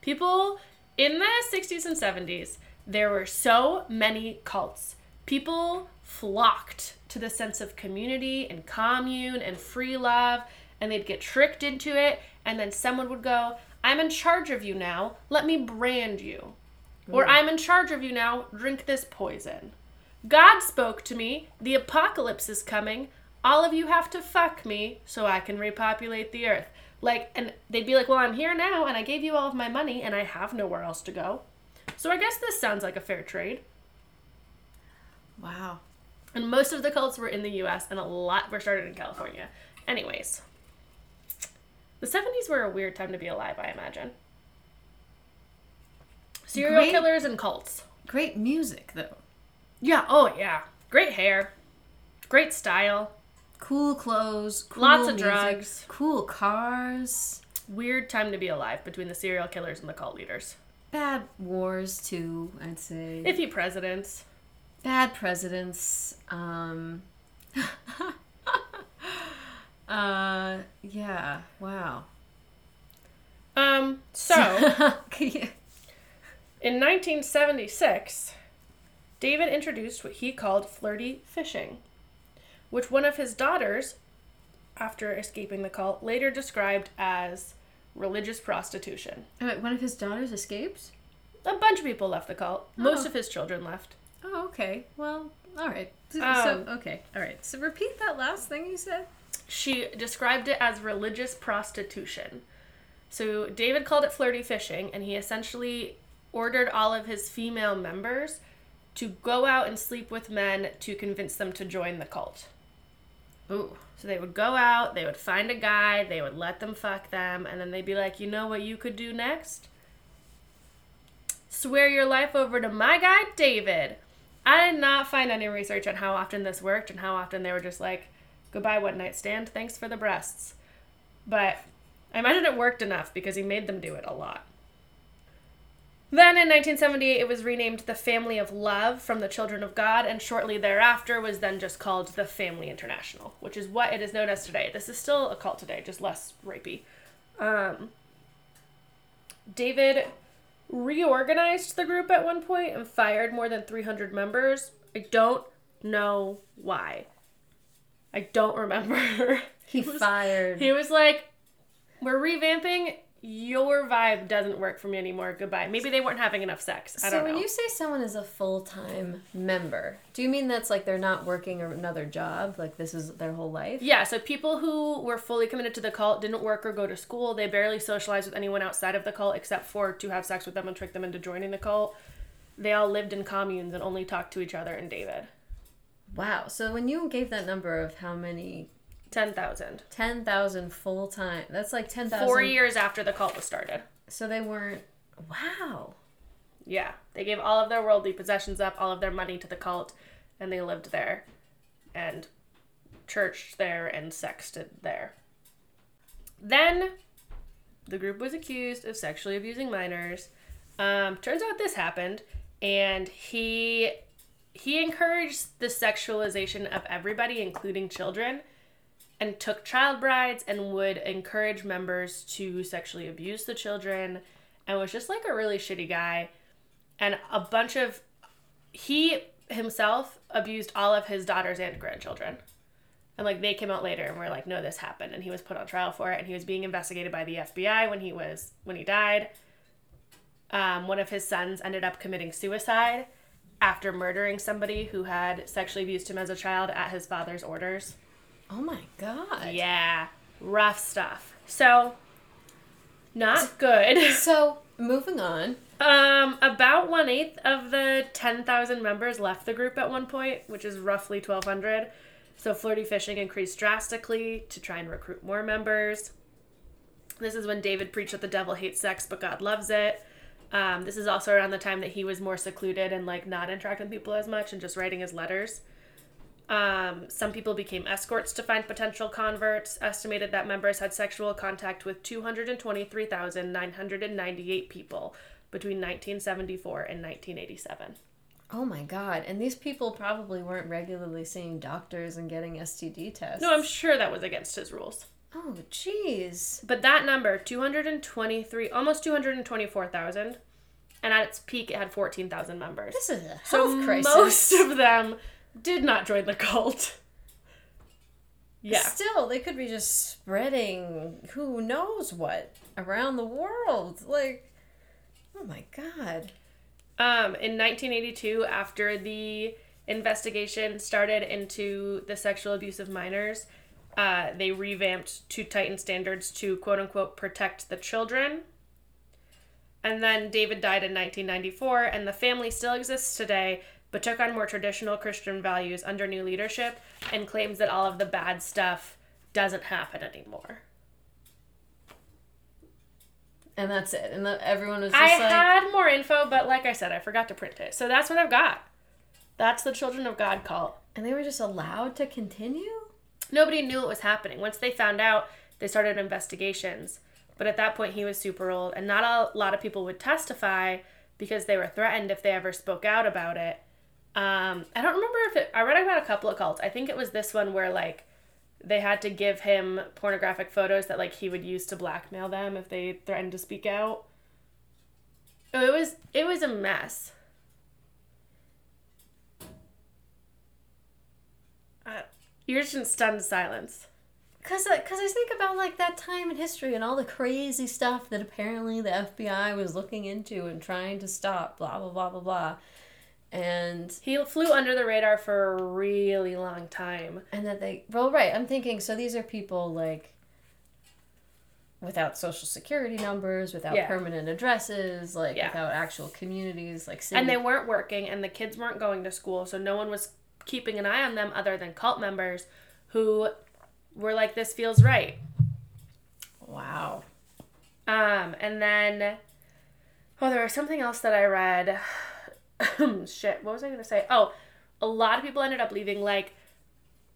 People in the 60s and 70s, there were so many cults. People flocked to the sense of community and commune and free love, and they'd get tricked into it, and then someone would go, I'm in charge of you now, let me brand you. Or I'm in charge of you now, drink this poison. God spoke to me, the apocalypse is coming, all of you have to fuck me so I can repopulate the earth. Like, and they'd be like, well, I'm here now and I gave you all of my money and I have nowhere else to go. So I guess this sounds like a fair trade.
Wow.
And most of the cults were in the US and a lot were started in California. Anyways, the 70s were a weird time to be alive, I imagine. Serial
Great.
killers and cults.
Great music though.
Yeah, oh yeah. Great hair, great style,
Cool clothes. Cool
Lots of
music,
drugs.
Cool cars.
weird time to be alive between the serial killers and the cult leaders.
Bad wars too. I'd say.
Iffy presidents.
bad presidents um uh yeah wow
Um, so
Yeah.
in 1976, David introduced what he called flirty fishing, which one of his daughters, after escaping the cult, later described as religious prostitution.
Oh, wait, one of his daughters escaped
A bunch of people left the cult. Most
Oh.
of his children left.
oh okay well all right so,
Um,
so- okay all right so repeat that last thing you said
She described it as religious prostitution. So David called it flirty fishing, and he essentially ordered all of his female members to go out and sleep with men to convince them to join the cult.
oh
So they would go out, they would find a guy, they would let them fuck them, and then they'd be like, you know what you could do next? Swear your life over to my guy, David. I did not find any research on how often this worked and how often they were just like, goodbye, one night stand, thanks for the breasts. But I imagine it worked enough because he made them do it a lot. Then in 1978, it was renamed the Family of Love from the Children of God, and shortly thereafter was then just called the Family International, which is what it is known as today. This is still a cult today, just less rapey. Um, David reorganized the group at one point and fired more than 300 members. I don't know why. I don't remember.
he fired
He was like, "We're revamping. Your vibe doesn't work for me anymore. Goodbye." Maybe they weren't having enough sex. I
so
don't
when
know.
you say someone is a full-time member do you mean that's like they're not working another job like this is their whole life
yeah, so people who were fully committed to the cult didn't work or go to school. They barely socialized with anyone outside of the cult except for to have sex with them and trick them into joining the cult. They all lived in communes and only talked to each other and David.
wow so when you gave that number of how many
10,000.
Ten thousand full time. That's like ten
Four
thousand.
years after the cult was started.
So they weren't. Wow.
Yeah, they gave all of their worldly possessions up, all of their money to the cult, and they lived there and churched there and sexted there. Then the group was accused of sexually abusing minors. Um, turns out this happened, and he he encouraged the sexualization of everybody, including children, and took child brides and would encourage members to sexually abuse the children, and was just like a really shitty guy and a bunch of he himself abused all of his daughters and grandchildren and like they came out later and were like no this happened and he was put on trial for it and he was being investigated by the fbi when he was when he died um, one of his sons ended up committing suicide after murdering somebody who had sexually abused him as a child at his father's orders
Oh my god.
yeah rough stuff so not good
So moving on.
Um, about one eighth of the ten thousand members left the group at one point, which is roughly twelve hundred. So flirty fishing increased drastically to try and recruit more members. This is when David preached that the devil hates sex but God loves it. Um, this is also around the time that he was more secluded and like not interacting with people as much and just writing his letters. Um, some people became escorts to find potential converts. Estimated that members had sexual contact with 223,998 people between 1974 and 1987.
Oh my god. And these people probably weren't regularly seeing doctors and getting STD tests.
No, I'm sure that was against his rules.
Oh jeez.
But that number, 223, almost 224,000, and at its peak, it had 14,000 members.
This is a health
So
crisis.
most of them did not join the cult. Yeah.
Still, they could be just spreading who knows what around the world. Like, oh my god.
Um, in 1982, after the investigation started into the sexual abuse of minors, uh, they revamped to tighten standards to quote unquote protect the children. And then David died in 1994, and the family still exists today, but took on more traditional Christian values under new leadership and claims that all of the bad stuff doesn't happen anymore.
And that's it. And the, everyone was just
I
like,
had more info, but like I said, I forgot to print it. So that's what I've got. That's the Children of God cult.
and they were just allowed to continue?
Nobody knew what was happening. Once they found out, they started investigations. But at that point, he was super old, and not a lot of people would testify because they were threatened if they ever spoke out about it. Um, I don't remember if it, I read about a couple of cults. I think it was this one where like they had to give him pornographic photos that like he would use to blackmail them if they threatened to speak out. Oh, It was it was a mess. Uh, you're just in stunned silence.
Cause, I- cause I think about like that time in history and all the crazy stuff that apparently the FBI was looking into and trying to stop. Blah blah blah blah blah. And
He flew under the radar for a really long time.
and that they well right. I'm thinking so these are people like without social security numbers, without
Yeah.
permanent addresses, like
Yeah.
without actual communities, like city.
And they weren't working, and the kids weren't going to school, so no one was keeping an eye on them other than cult members who were like, This feels right.
wow.
Um, and then, oh, there was something else that I read. Shit, what was I gonna say? Oh, a lot of people ended up leaving, like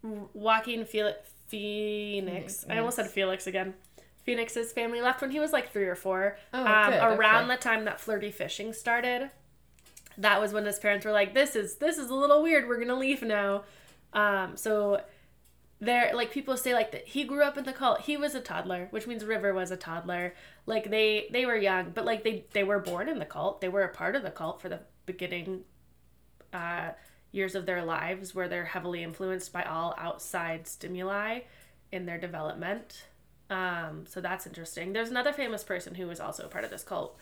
R- Joaquin Fel- Phoenix. I almost said Felix again. Phoenix's family left when he was like three or four.
Oh,
um,
good,
around
okay.
the time that flirty fishing started. That was when his parents were like, "This is this is a little weird. We're gonna leave now." Um, so there like people say like that he grew up in the cult he was a toddler which means river was a toddler like they they were young but like they they were born in the cult they were a part of the cult for the beginning uh years of their lives where they're heavily influenced by all outside stimuli in their development um so that's interesting there's another famous person who was also a part of this cult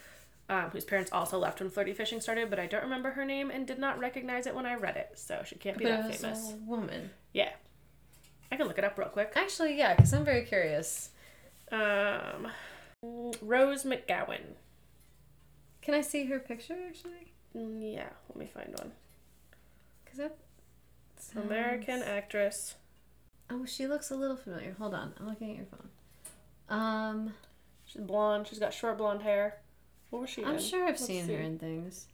um, whose parents also left when flirty fishing started but i don't remember her name and did not recognize it when i read it so she can't be
But it
that
was
famous
a woman.
yeah i can look it up real quick
Actually, yeah, because I'm very curious.
Um, Rose McGowan.
Can I see her picture actually?
Mm, Yeah, let me find one.
Because that sounds-
American actress.
Oh, she looks a little familiar. Hold on, I'm looking at your phone. Um,
She's blonde. She's got short blonde hair. What was she
I'm
in?
sure I've
Let's
seen
see.
her in things.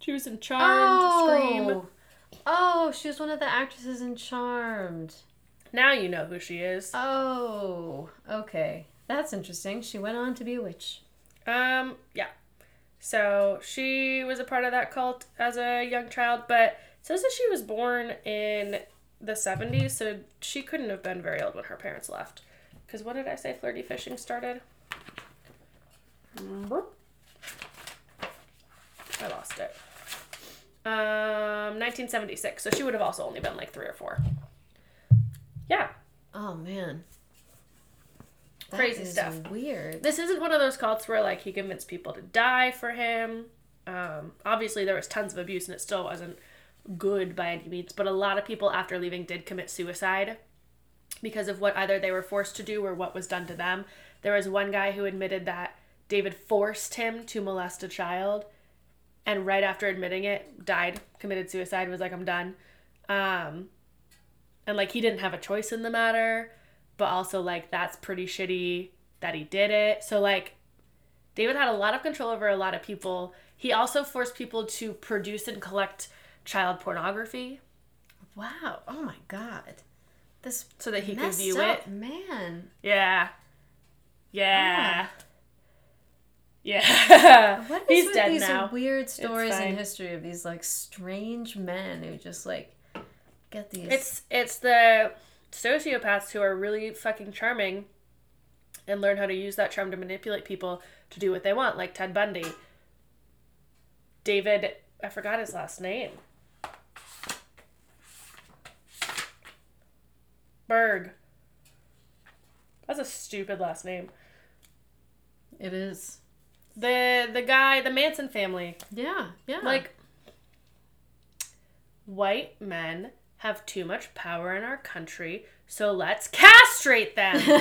She was in Charmed, Scream.
oh, she was one of the actresses in Charmed.
Now you know who she is.
Oh, okay, that's interesting. She went on to be a witch.
Um, yeah. So she was a part of that cult as a young child, but it says that she was born in the 70s, so she couldn't have been very old when her parents left. Because when did I say flirty fishing started? Boop. I lost it. Um, 1976, so she would have also only been like three or four. Yeah.
Oh man, That
Crazy
is
stuff.
Weird.
this isn't one of those cults where like he convinced people to die for him. Um, obviously, there was tons of abuse, and it still wasn't good by any means. But a lot of people after leaving did commit suicide because of what either they were forced to do or what was done to them. There was one guy who admitted that David forced him to molest a child, and right after admitting it, died, committed suicide, was like, "I'm done." Um, and like he didn't have a choice in the matter but also like that's pretty shitty that he did it so like david had a lot of control over a lot of people he also forced people to produce and collect child pornography
Wow. Oh my god. This
so that he could
messed
view
up
it
man.
yeah yeah
Ah.
yeah
What is
he's
with
dead
these
now
weird stories
fine.
in history of these like strange men who just like get these?
It's it's the sociopaths who are really fucking charming and learn how to use that charm to manipulate people to do what they want, like Ted Bundy. David, I forgot his last name. Berg. That's a stupid last name.
it is.
The the guy, the Manson family,
Yeah, yeah.
like white men have too much power in our country, so let's castrate them.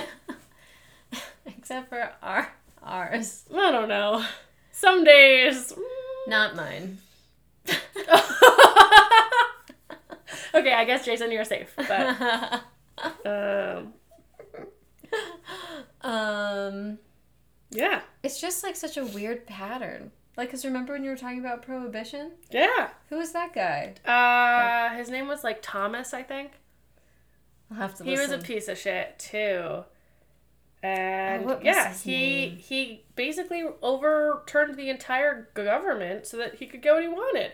except for our ours.
I don't know. Some days.
Not mine.
okay, I guess Jason, you're safe. But um,
um,
yeah,
it's just like such a weird pattern. Like, cause remember when you were talking about prohibition?
yeah.
Who was that guy?
Uh, his name was like Thomas, I think.
I'll have to
He was
listen.
a piece of shit too. And
Oh, what was
yeah,
his
he
name?
he basically overturned the entire government so that he could go when he wanted.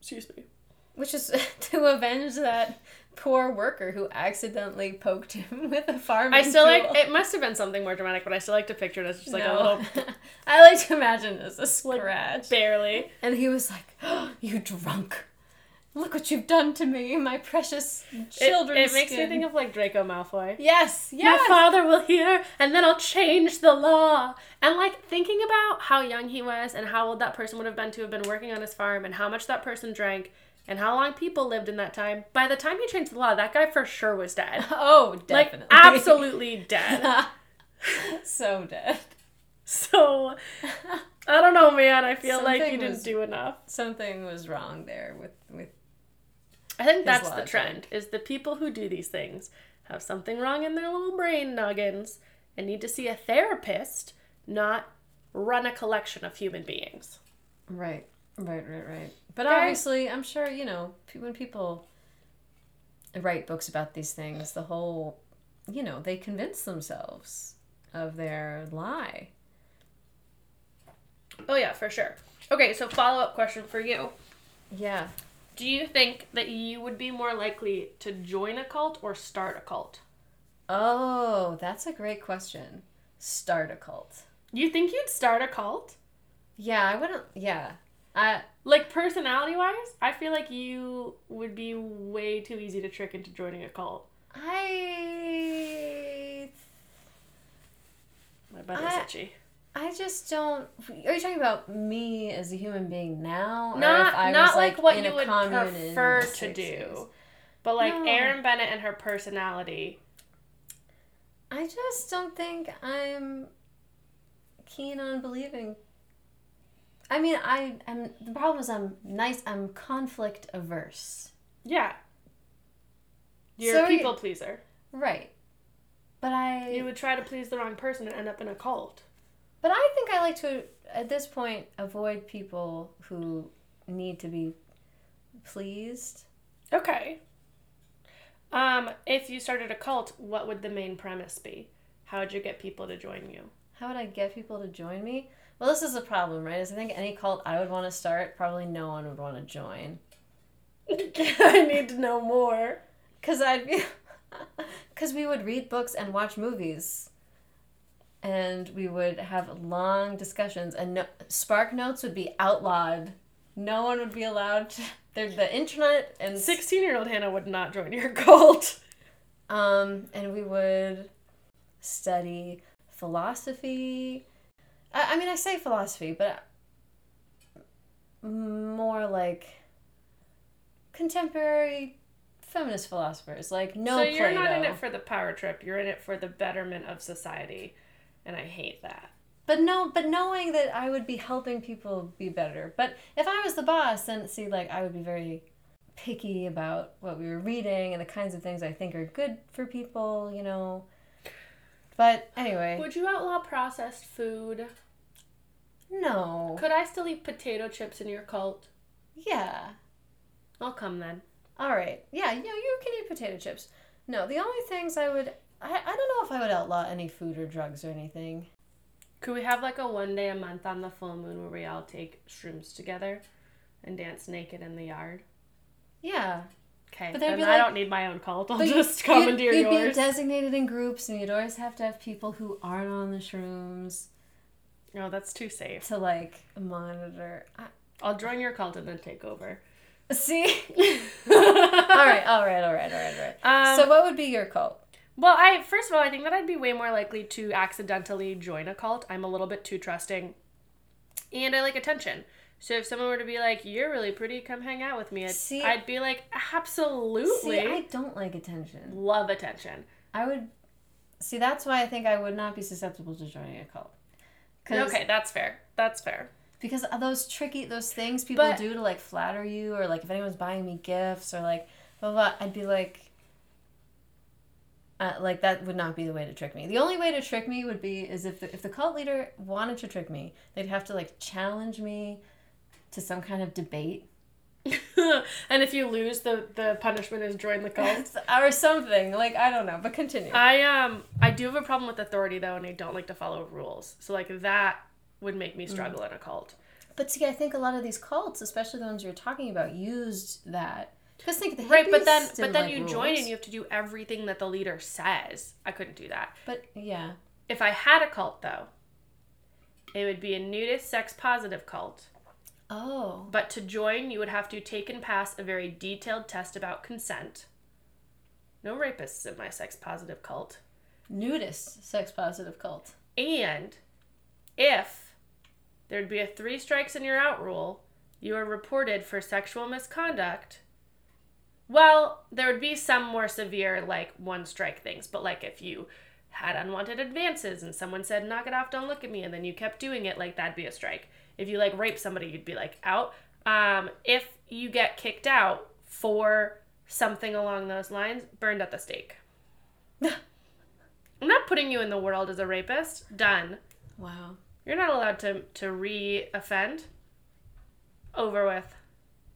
Excuse me.
Which is to avenge that poor worker who accidentally poked him with a farming
I still like
tool.
it must have been something more dramatic, but I still like to picture it as just like a
No.
little
I like to imagine this a scratch.
barely.
and he was like, "You drunk! Look what you've done to me, my precious
It,
children."
it makes me think of like Draco Malfoy.
yes, yes.
My father will hear, and then I'll change the law. And like thinking about how young he was, and how old that person would have been to have been working on his farm, and how much that person drank, and how long people lived in that time. By the time he changed the law, that guy for sure was dead.
oh,
Like
definitely,
absolutely dead.
so dead.
So I don't know, man. I feel like he
Something
didn't
was-
do enough.
Something was wrong there with with.
I think that's the
logic.
trend is the people who do these things have something wrong in their little brain noggins and need to see a therapist, not run a collection of human beings.
Right, right, right, right. But
Guys-
obviously, I'm sure you know pe- when people write books about these things, the whole, you know, they convince themselves of their lie.
Oh yeah, for sure. Okay, so follow-up question for you.
Yeah.
Do you think that you would be more likely to join a cult or start a cult?
Oh, that's a great question. Start a cult.
You think you'd start a cult?
Yeah, I wouldn't. Yeah, I
Like personality-wise, I feel like you would be way too easy to trick into joining a cult.
I
My butt is
I-
itchy.
I just don't. Are you talking about me as a human being now,
not not like, what
in
you
a
would
commune in the
prefer to
60s?
do, but like
No.
Erin Bennett and her personality.
I just don't think I'm keen on believing. I mean, I am. The problem is, I'm nice. I'm conflict averse.
Yeah, you're
So
a
you-
people pleaser.
Right. But I.
You would try to please the wrong person and end up in a cult.
But I think I like to, at this point, avoid people who need to be pleased.
Okay. Um, if you started a cult, what would the main premise be? How would you get people to join you?
How would I get people to join me? Well, this is the problem, right? Is I think any cult I would want to start, probably no one would want to join.
I need to know more.
Because I'd be. Because we would read books and watch movies. And we would have long discussions, and no, spark notes would be outlawed. No one would be allowed to. There, the internet and
Sixteen-year-old Hannah would not join your cult.
Um, and we would study philosophy. I, I mean, I say philosophy, but more like contemporary feminist philosophers, like no
so you're not in
Plato.
it for the power trip. You're in it for the betterment of society, and I hate that.
But no, but knowing that I would be helping people be better. But if I was the boss, then see, like I would be very picky about what we were reading and the kinds of things I think are good for people, you know. But anyway,
Would you outlaw processed food?
no.
Could I still eat potato chips in your cult?
Yeah.
I'll come then.
All right. Yeah, you know, you can eat potato chips. No, the only things I would I, I don't know if I would outlaw any food or drugs or anything.
Could we have like a one day a month on the full moon where we all take shrooms together and dance naked in the yard?
Yeah.
Okay.
But
But
there'd
then
be
I
like-
don't need my own cult. I'll
But
just
you-
commandeer
you'd, You'd be
yours.
designated in groups and you'd always have to have people who aren't on the shrooms
No, that's too safe.
to like monitor. I,
I'll join your cult and then take over.
see?
all
all right, all right, all right, all right, all right.
Um,
so what would be your cult?
Well, I first of all, I think that I'd be way more likely to accidentally join a cult. I'm a little bit too trusting, and I like attention. So if someone were to be like, "You're really pretty, come hang out with me," I'd,
See-
I'd be like, "Absolutely,
See, I don't like attention.
love attention."
I would See, that's why I think I would not be susceptible to joining a cult. 'Cause-
okay, that's fair. That's fair.
because of those tricky those things people
But-
do to like flatter you or like if anyone's buying me gifts or like blah blah, blah, I'd be like uh, like that would not be the way to trick me. The only way to trick me would be is if the, if the cult leader wanted to trick me, they'd have to like challenge me to some kind of debate
and if you lose, the the punishment is join the cult.
or something. Like I don't know, but continue.
I um I do have a problem with authority though, and I don't like to follow rules. So like that would make
Mm.
me struggle in a cult.
But see, I think a lot of these cults, especially the ones you're talking about, used that. Because think the hippies
Right, but then
didn't
but then
like
you join
rules.
and you have to do everything that the leader says. I couldn't do that.
But yeah,
If I had a cult though, it would be a nudist sex positive cult.
oh,
But to join, you would have to take and pass a very detailed test about consent. No rapists in my sex positive cult.
nudist sex positive cult.
And if there'd be a three strikes and you're out rule, you are reported for sexual misconduct. Well, there would be some more severe, like one strike things, but like if you had unwanted advances and someone said, knock it off, don't look at me, and then you kept doing it, like that'd be a strike. If you like rape somebody, you'd be like out. Um, if you get kicked out for something along those lines, burned at the stake. I'm not putting you in the world as a rapist. Done.
Wow.
You're not allowed to to re-offend. Over with,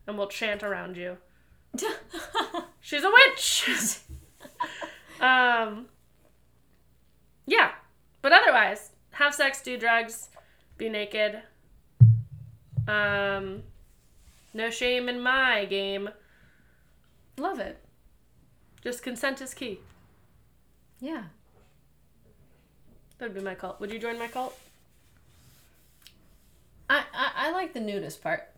and we'll chant around you. She's a witch. um. Yeah, but otherwise, have sex, do drugs, be naked. Um, no shame in my game.
Love it.
Just consent is key.
Yeah.
That'd be my cult. Would you join my cult?
I, I, I like the nudist part.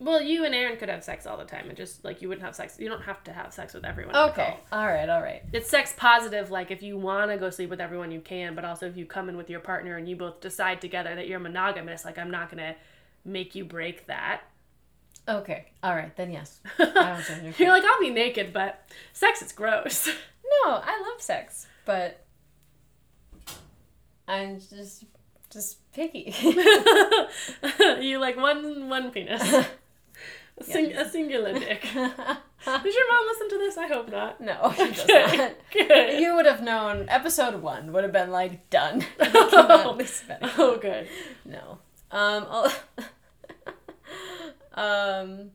Well, you and Aaron could have sex all the time, and just like you wouldn't have sex. You don't have to have sex with everyone. in the cult.
All right, all right.
It's sex positive, like if you want to go sleep with everyone, you can, but also if you come in with your partner and you both decide together that you're monogamous, like I'm not going to make you break that.
Okay. All right, then yes. I don't join your
You're
cult.
like, I'll be naked, but sex is gross.
No, I love sex, but I'm just just picky.
you like one one penis. A, sing- a singular dick. Does your mom listen to this? I hope not.
no, she does
Okay.
not.
Good.
You would have known episode one would have been like done. I cannot listen back.
Oh, good.
No. Um. I'll- um.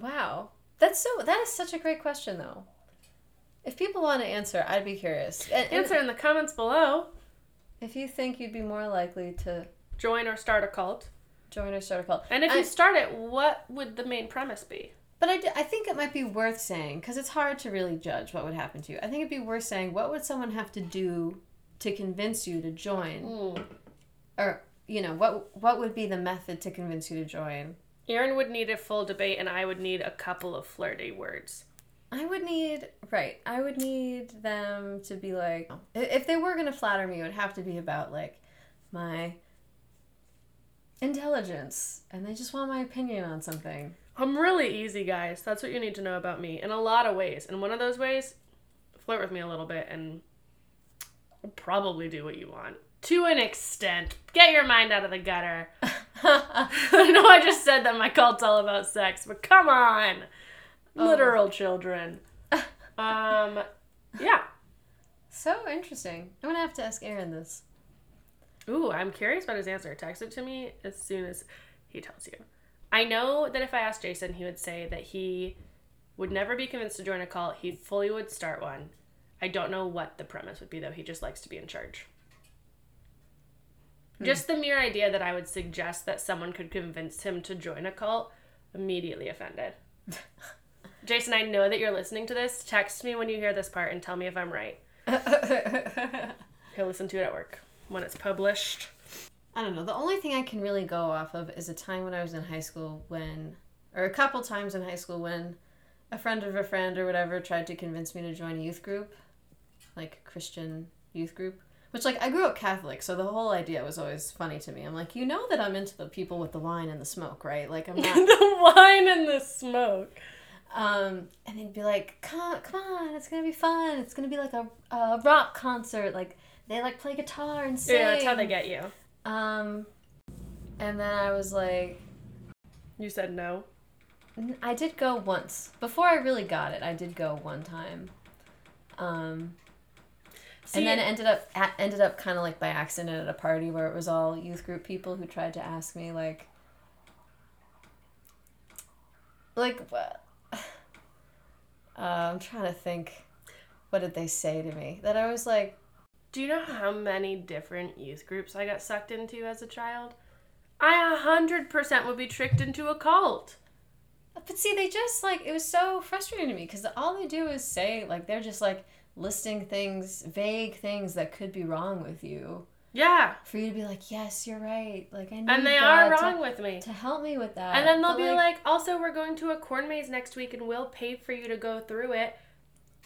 Wow. That's so. That is such a great question, though. If people want to answer, I'd be curious. And, and
Answer in the comments below.
if you think you'd be more likely to
Join or start a cult.
join or start a cult,
And if
I-
you start it, what would the main premise be?
but I, d- I think it might be worth saying because it's hard to really judge what would happen to you. I think it'd be worth saying what would someone have to do to convince you to join,
Hmm.
or you know what what would be the method to convince you to join.
Aaron would need a full debate, and I would need a couple of flirty words.
I would need right. I would need them to be like i- if they were gonna flatter me, it would have to be about like my intelligence, and they just want my opinion on something.
I'm really easy, guys. That's what you need to know about me in a lot of ways. And one of those ways, flirt with me a little bit, and I'll probably do what you want to an extent. Get your mind out of the gutter. I know I just said that my cult's all about sex, but come on, literal children. Um, yeah.
so interesting. I'm gonna have to ask Aaron this.
Ooh, I'm curious about his answer. Text it to me as soon as he tells you. I know that if I asked Jason, he would say that he would never be convinced to join a cult. He fully would start one. I don't know what the premise would be, though. He just likes to be in charge. Just the mere idea that I would suggest that someone could convince him to join a cult immediately offended. Jason, I know that you're listening to this. Text me when you hear this part and tell me if I'm right.
I
He'll listen to it at work when it's published.
don't know. The only thing I can really go off of is a time when I was in high school when, or a couple times in high school when, a friend of a friend or whatever tried to convince me to join a youth group, like Christian youth group. Which like I grew up Catholic, so the whole idea was always funny to me. I'm like, you know that I'm into the people with the wine and the smoke, right? Like I'm not.
the wine and the smoke.
um, and they'd be like, come, come on, it's gonna be fun. It's gonna be like a, a rock concert. Like they like play guitar and sing.
Yeah, that's how they get you.
Um, and then I was like,
You said no.
N- I did go once. Before I really got it, I did go one time. Um,
See,
and then it ended up a- ended up kind of like by accident at a party where it was all youth group people who tried to ask me like like what uh, I'm trying to think what did they say to me that I was like
do you know how many different youth groups I got sucked into as a child? I 100% would be tricked into a cult.
But see, they just like it was so frustrating to me because all they do is say like they're just like listing things, vague things that could be wrong with you,
Yeah.
for you to be like, yes, you're right. Like I need
And they
God
are
to-
wrong with me.
to, help me with that.
And then they'll
But,
be like, also, we're going to a corn maze next week and we'll pay for you to go through it.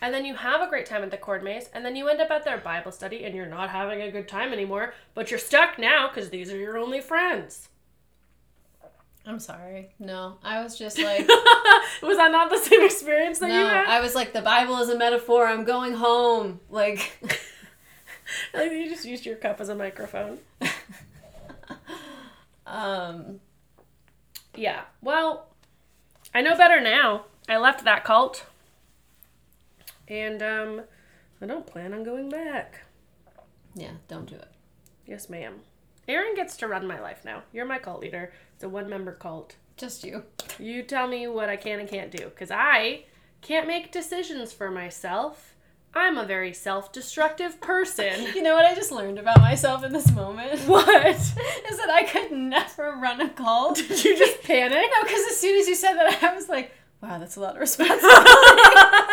And then you have a great time at the corn maze. And then you end up at their Bible study and you're not having a good time anymore. But you're stuck now because these are your only friends.
I'm sorry, no, I was just like.
Was that not the same experience that you
No,
had?
I was like the Bible is a metaphor. I'm going home. Like,
Like, you just used your cup as a microphone.
um,
Yeah. Well, I know better now. I left that cult. And um, I don't plan on going back.
yeah, don't do it.
Yes, ma'am. Aaron gets to run my life now. You're my cult leader. It's a one member cult.
Just you.
You tell me what I can and can't do, because I can't make decisions for myself. I'm a very self destructive person.
You know what I just learned about myself in this moment
what?
is that I could never run a cult.
Did you just panic?
No, because as soon as you said that, I was like, wow, that's a lot of responsibility.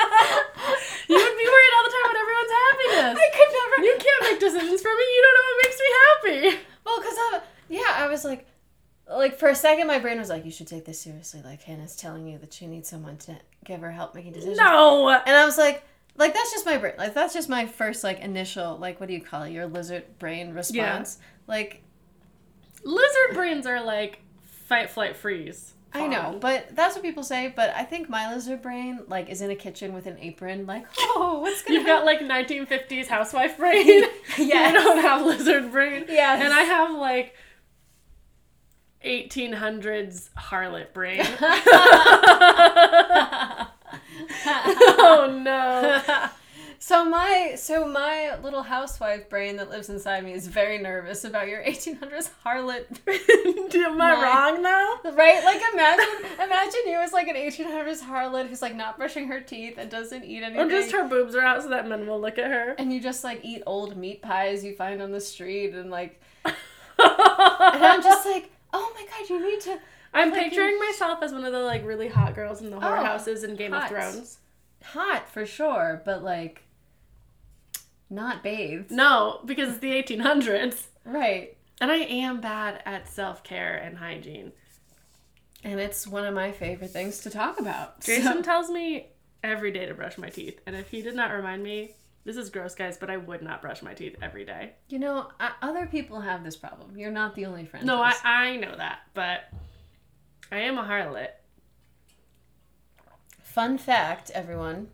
You would be worried all the time about everyone's happiness.
I could never.
You can't make decisions for me. You don't know what makes me happy.
Well, because I, yeah, I was like, like for a second, my brain was like, you should take this seriously. Like Hannah's telling you that she needs someone to give her help making decisions.
No.
And I was like, like that's just my brain. Like that's just my first like initial like what do you call it? Your lizard brain response. Like
Lizard brains are like fight, flight, freeze.
I know,
Fawn.
but that's what people say. But I think my lizard brain like is in a kitchen with an apron. Like oh, what's gonna
You've got like 1950s housewife brain. Yeah, I
Yes.
don't have lizard brain.
Yes.
And I have like 1800s harlot brain. oh no.
So my so my little housewife brain that lives inside me is very nervous about your 1800s harlot,
Am I
My-
wrong though?
right? Like imagine imagine you as like an 1800s harlot who's like not brushing her teeth and doesn't eat anything.
Or just her boobs are out so that men will look at her.
and you just like eat old meat pies you find on the street and like and I'm
I'm,
just like, "Oh my god, you need to fucking-
picturing myself as one of the like really hot girls in the whorehouses in Game
hot.
of Thrones.
hot for sure, but like not bathed."
No, because it's the 1800s.
Right.
And I am bad at self care and hygiene.
And it's one of my favorite things to talk about.
Jason
So-
tells me every day to brush my teeth, and if he did not remind me, this is gross, guys, but I would not brush my teeth every day.
you know, I, other people have this problem. You're not the only friend.
No,
that
I,
is-
I know that, but I am a harlot.
Fun fact, everyone.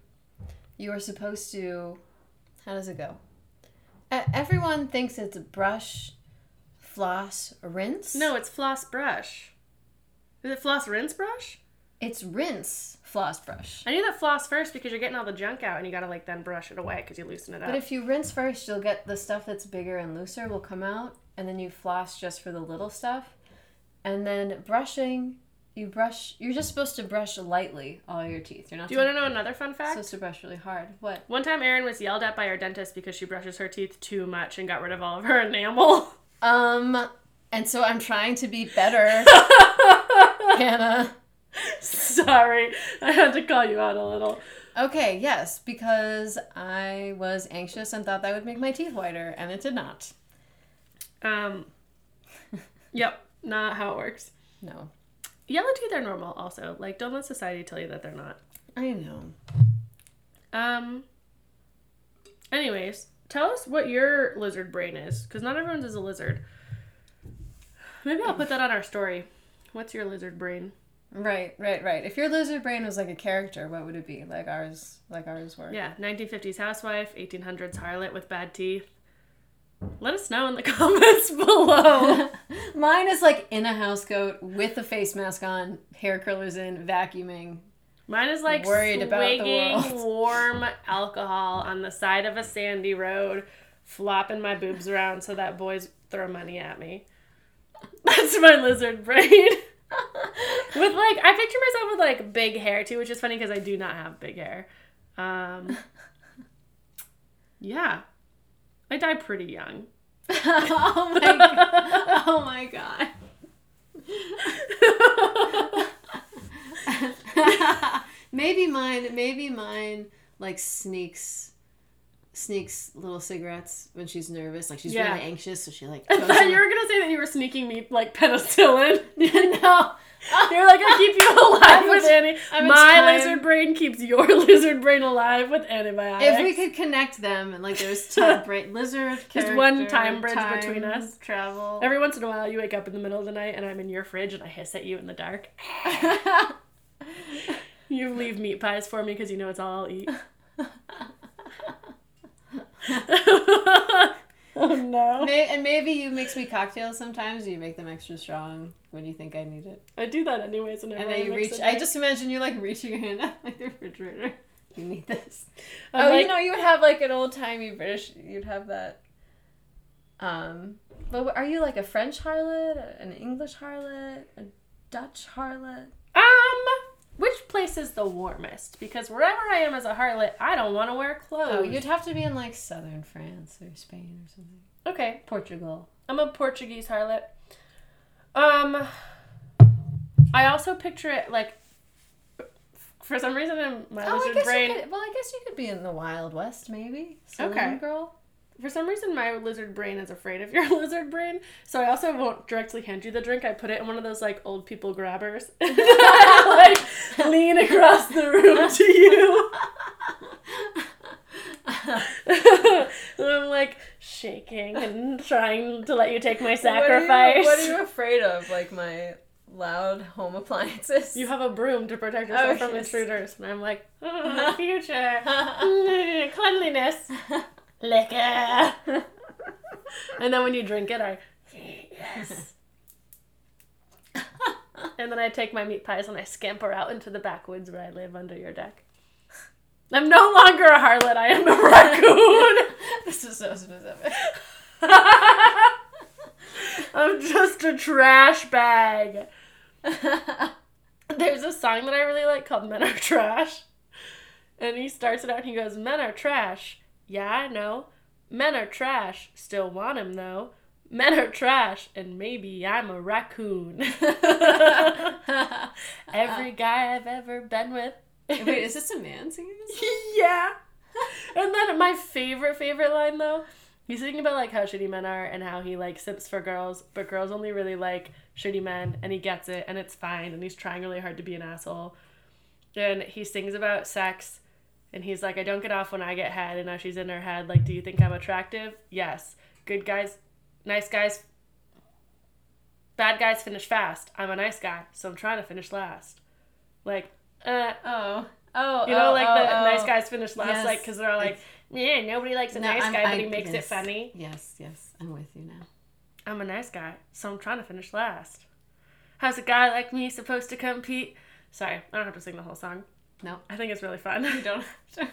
You are supposed to. How does it go? E- Everyone thinks it's brush, floss, rinse.
No, it's floss brush. Is it floss rinse brush?
It's rinse, floss, brush.
I knew that floss first because you're getting all the junk out and you gotta like then brush it away because you loosen it up.
But if you rinse first, you'll get the stuff that's bigger and looser will come out, and then you floss just for the little stuff. And then brushing, you brush. You're just supposed to brush lightly all your teeth. You're not
Do you wanna know another fun fact?
supposed to brush really hard. What?
One time, Erin was yelled at by her dentist because she brushes her teeth too much and got rid of all of her enamel.
Um. And so I'm trying to be better, Hannah.
Sorry, I had to call you out a little.
Okay, yes, because I was anxious and thought that would make my teeth whiter, and it did not.
Um, yep, not how it works.
No.
Yellow teeth are normal, also. Like, don't let society tell you that they're not.
I know.
Um, anyways, tell us what your lizard brain is, because not everyone's is a lizard. Maybe I'll put that on our story. What's your lizard brain?
Right, right, right. If your lizard brain was like a character, what would it be? Like ours, like ours were.
Yeah, 1950s housewife, 1800s harlot with bad teeth. Let us know in the comments below.
Oh. Mine is like in a house coat with a face mask on, hair curlers in, vacuuming.
Mine is like
Worried about the
swigging
world.
warm alcohol on the side of a sandy road, flopping my boobs around so that boys throw money at me. That's my lizard brain. with like, I picture myself with like big hair too, which is funny because I do not have big hair. Um, yeah, I die pretty young.
oh my god. Oh my god. maybe mine maybe mine like sneaks sneaks little cigarettes when she's nervous like she's
Yeah.
really anxious so she like
I
goes
thought
in-
you were gonna say that you were sneaking me like penicillin.
no
You're like, I keep you alive
I'm
with
in-
any.
I'm in
My
time.
lizard brain keeps your lizard brain alive with antibiotics.
if we could connect them and like there's time bridge lizard
Just one
character,
time bridge between us.
travel
Every once in a while, you wake up in the middle of the night and I'm in your fridge and I hiss at you in the dark. You leave meat pies for me because you know it's all I'll eat. oh no.
May- and maybe you mix me cocktails sometimes you make them extra strong when you think i need it
I do that anyways. Whenever
And then
I
you
mix
reach.
it
I
up.
just imagine you like reaching your hand out like the refrigerator. You need this.
I'm
oh,
like,
you know, you would have like an old timey British. You'd have that. Um, but wh- are you like a French harlot, an English harlot, a Dutch harlot?
Um, which place is the warmest? Because wherever I am as a harlot, I don't want to wear clothes.
Oh, you'd have to be in like southern France or Spain or something.
okay.
Portugal.
I'm a Portuguese harlot. Um, I also picture it like, for some reason in my
Oh, I
lizard
guess
brain,
you could. Well, I guess you could be in the Wild West, maybe. Saloon
Okay.
girl.
for some reason my lizard brain is afraid of your lizard brain, so I also won't directly hand you the drink. I put it in one of those like old people grabbers, and I, like lean across the room to you. and I'm like shaking and trying to let you take my sacrifice.
afraid of? Like my loud home appliances.
You have a broom to protect yourself
Oh,
from
yes.
intruders. And I'm like, "Mm, future. Mm, Cleanliness. Liquor. and then when you drink it, I, yes. and then I take my meat pies and I scamper out into the backwoods where I live under your deck. I'm no longer a harlot, I am a raccoon.
this is so specific.
I'm just a trash bag. There's a song that I really like called Men Are Trash. And he starts it out and he goes, Men are trash. Yeah, I know. Men are trash. Still want him though. Men are trash. And maybe I'm a raccoon. Every guy I've ever been with.
Wait, is this a man singing this?
yeah. And then my favorite, favorite line though, he's thinking about like how shitty men are and how he like sips for girls, but girls only really like shitty men and he gets it and it's fine and he's trying really hard to be an asshole. And he sings about sex and he's like, I don't get off when I get head and now she's in her head, like, do you think I'm attractive? Yes. Good guys nice guys bad guys finish fast. I'm a nice guy, so I'm trying to finish last. Like, uh
Oh. Oh,
you know,
oh,
like
oh,
the
oh.
nice guys finish last,
Yes.
like because they're all like, yeah, nobody likes a
No,
nice
I'm-
guy,
I-
but he makes it
yes.
funny.
Yes, yes, I'm with you now.
I'm a nice guy, so I'm trying to finish last. How's a guy like me supposed to compete? Sorry, I don't have to sing the whole song.
No.
I think it's really fun. You don't.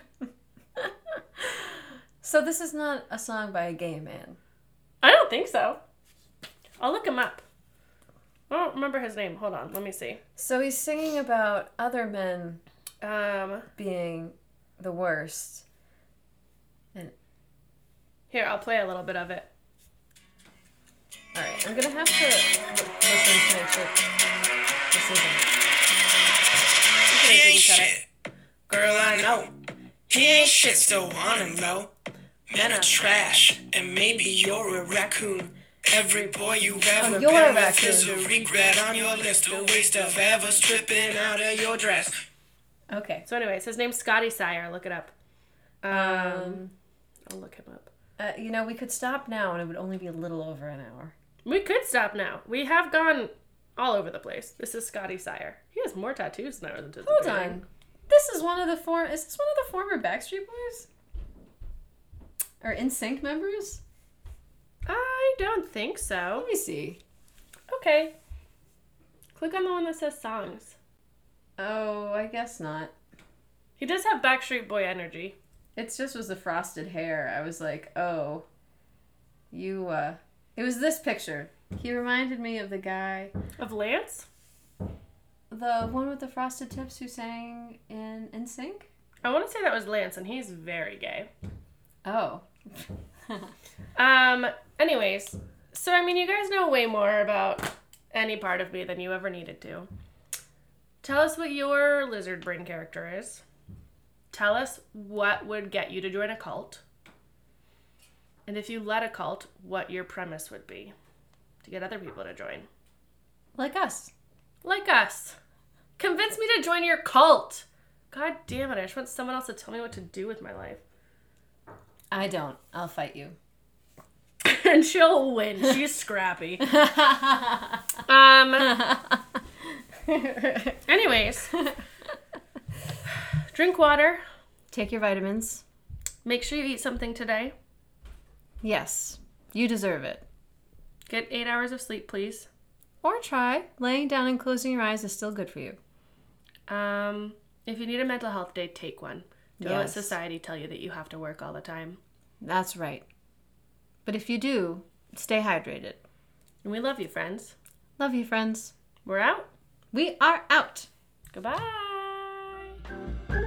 So this is not a song by a gay man.
I don't think so. I'll look him up. I don't remember his name. Hold on, let me see.
So he's singing about other men
Um,
being the worst.
here I'll play a little bit of it.
All right, I'm gonna have to li- listen to make sure this isn't.
You can cut it.
Girl, I know. He ain't shit, still want him though. Men are trash, and maybe you're a raccoon. Every boy you ever
Oh, you're a
been with
raccoon.
is a regret on your list. A waste of ever stripping out of your dress.
Okay.
So, anyways, his name's Scotty Sire. Look it up. Um, I'll look him up.
Uh, you know, we could stop now, and it would only be a little over an hour.
We could stop now. We have gone all over the place. This is Scotty Sire. He has more tattoos than I was anticipating.
Hold on. This is one of the form. Is this one of the former Backstreet Boys? Or In Sync members?
I don't think so.
Let me see.
Okay. Click on the one that says songs.
Oh, I guess not.
He does have Backstreet Boy energy.
It just was the frosted hair. I was like, oh, you, uh. It was this picture. He reminded me of the guy,
Of Lance?
the one with the frosted tips who sang in NSYNC?
I want to say that was Lance, and he's very gay.
Oh.
Um, anyways, so I mean, you guys know way more about any part of me than you ever needed to. Tell us what your lizard brain character is. Tell us what would get you to join a cult. And if you led a cult, what your premise would be to get other people to join.
like us.
Like us. Convince me to join your cult. God damn it, I just want someone else to tell me what to do with my life.
I don't. I'll fight you.
and she'll win. She's scrappy. Um. Anyways, drink water.
Take your vitamins.
Make sure you eat something today.
Yes, you deserve it.
Get eight hours of sleep, please.
Or try. Laying down and closing your eyes is still good for you.
Um, if you need a mental health day, take one. Don't let
Yes.
society tell you that you have to work all the time.
That's right. But if you do, stay hydrated.
And we love you, friends.
Love you, friends.
We're out.
We are out.
Goodbye.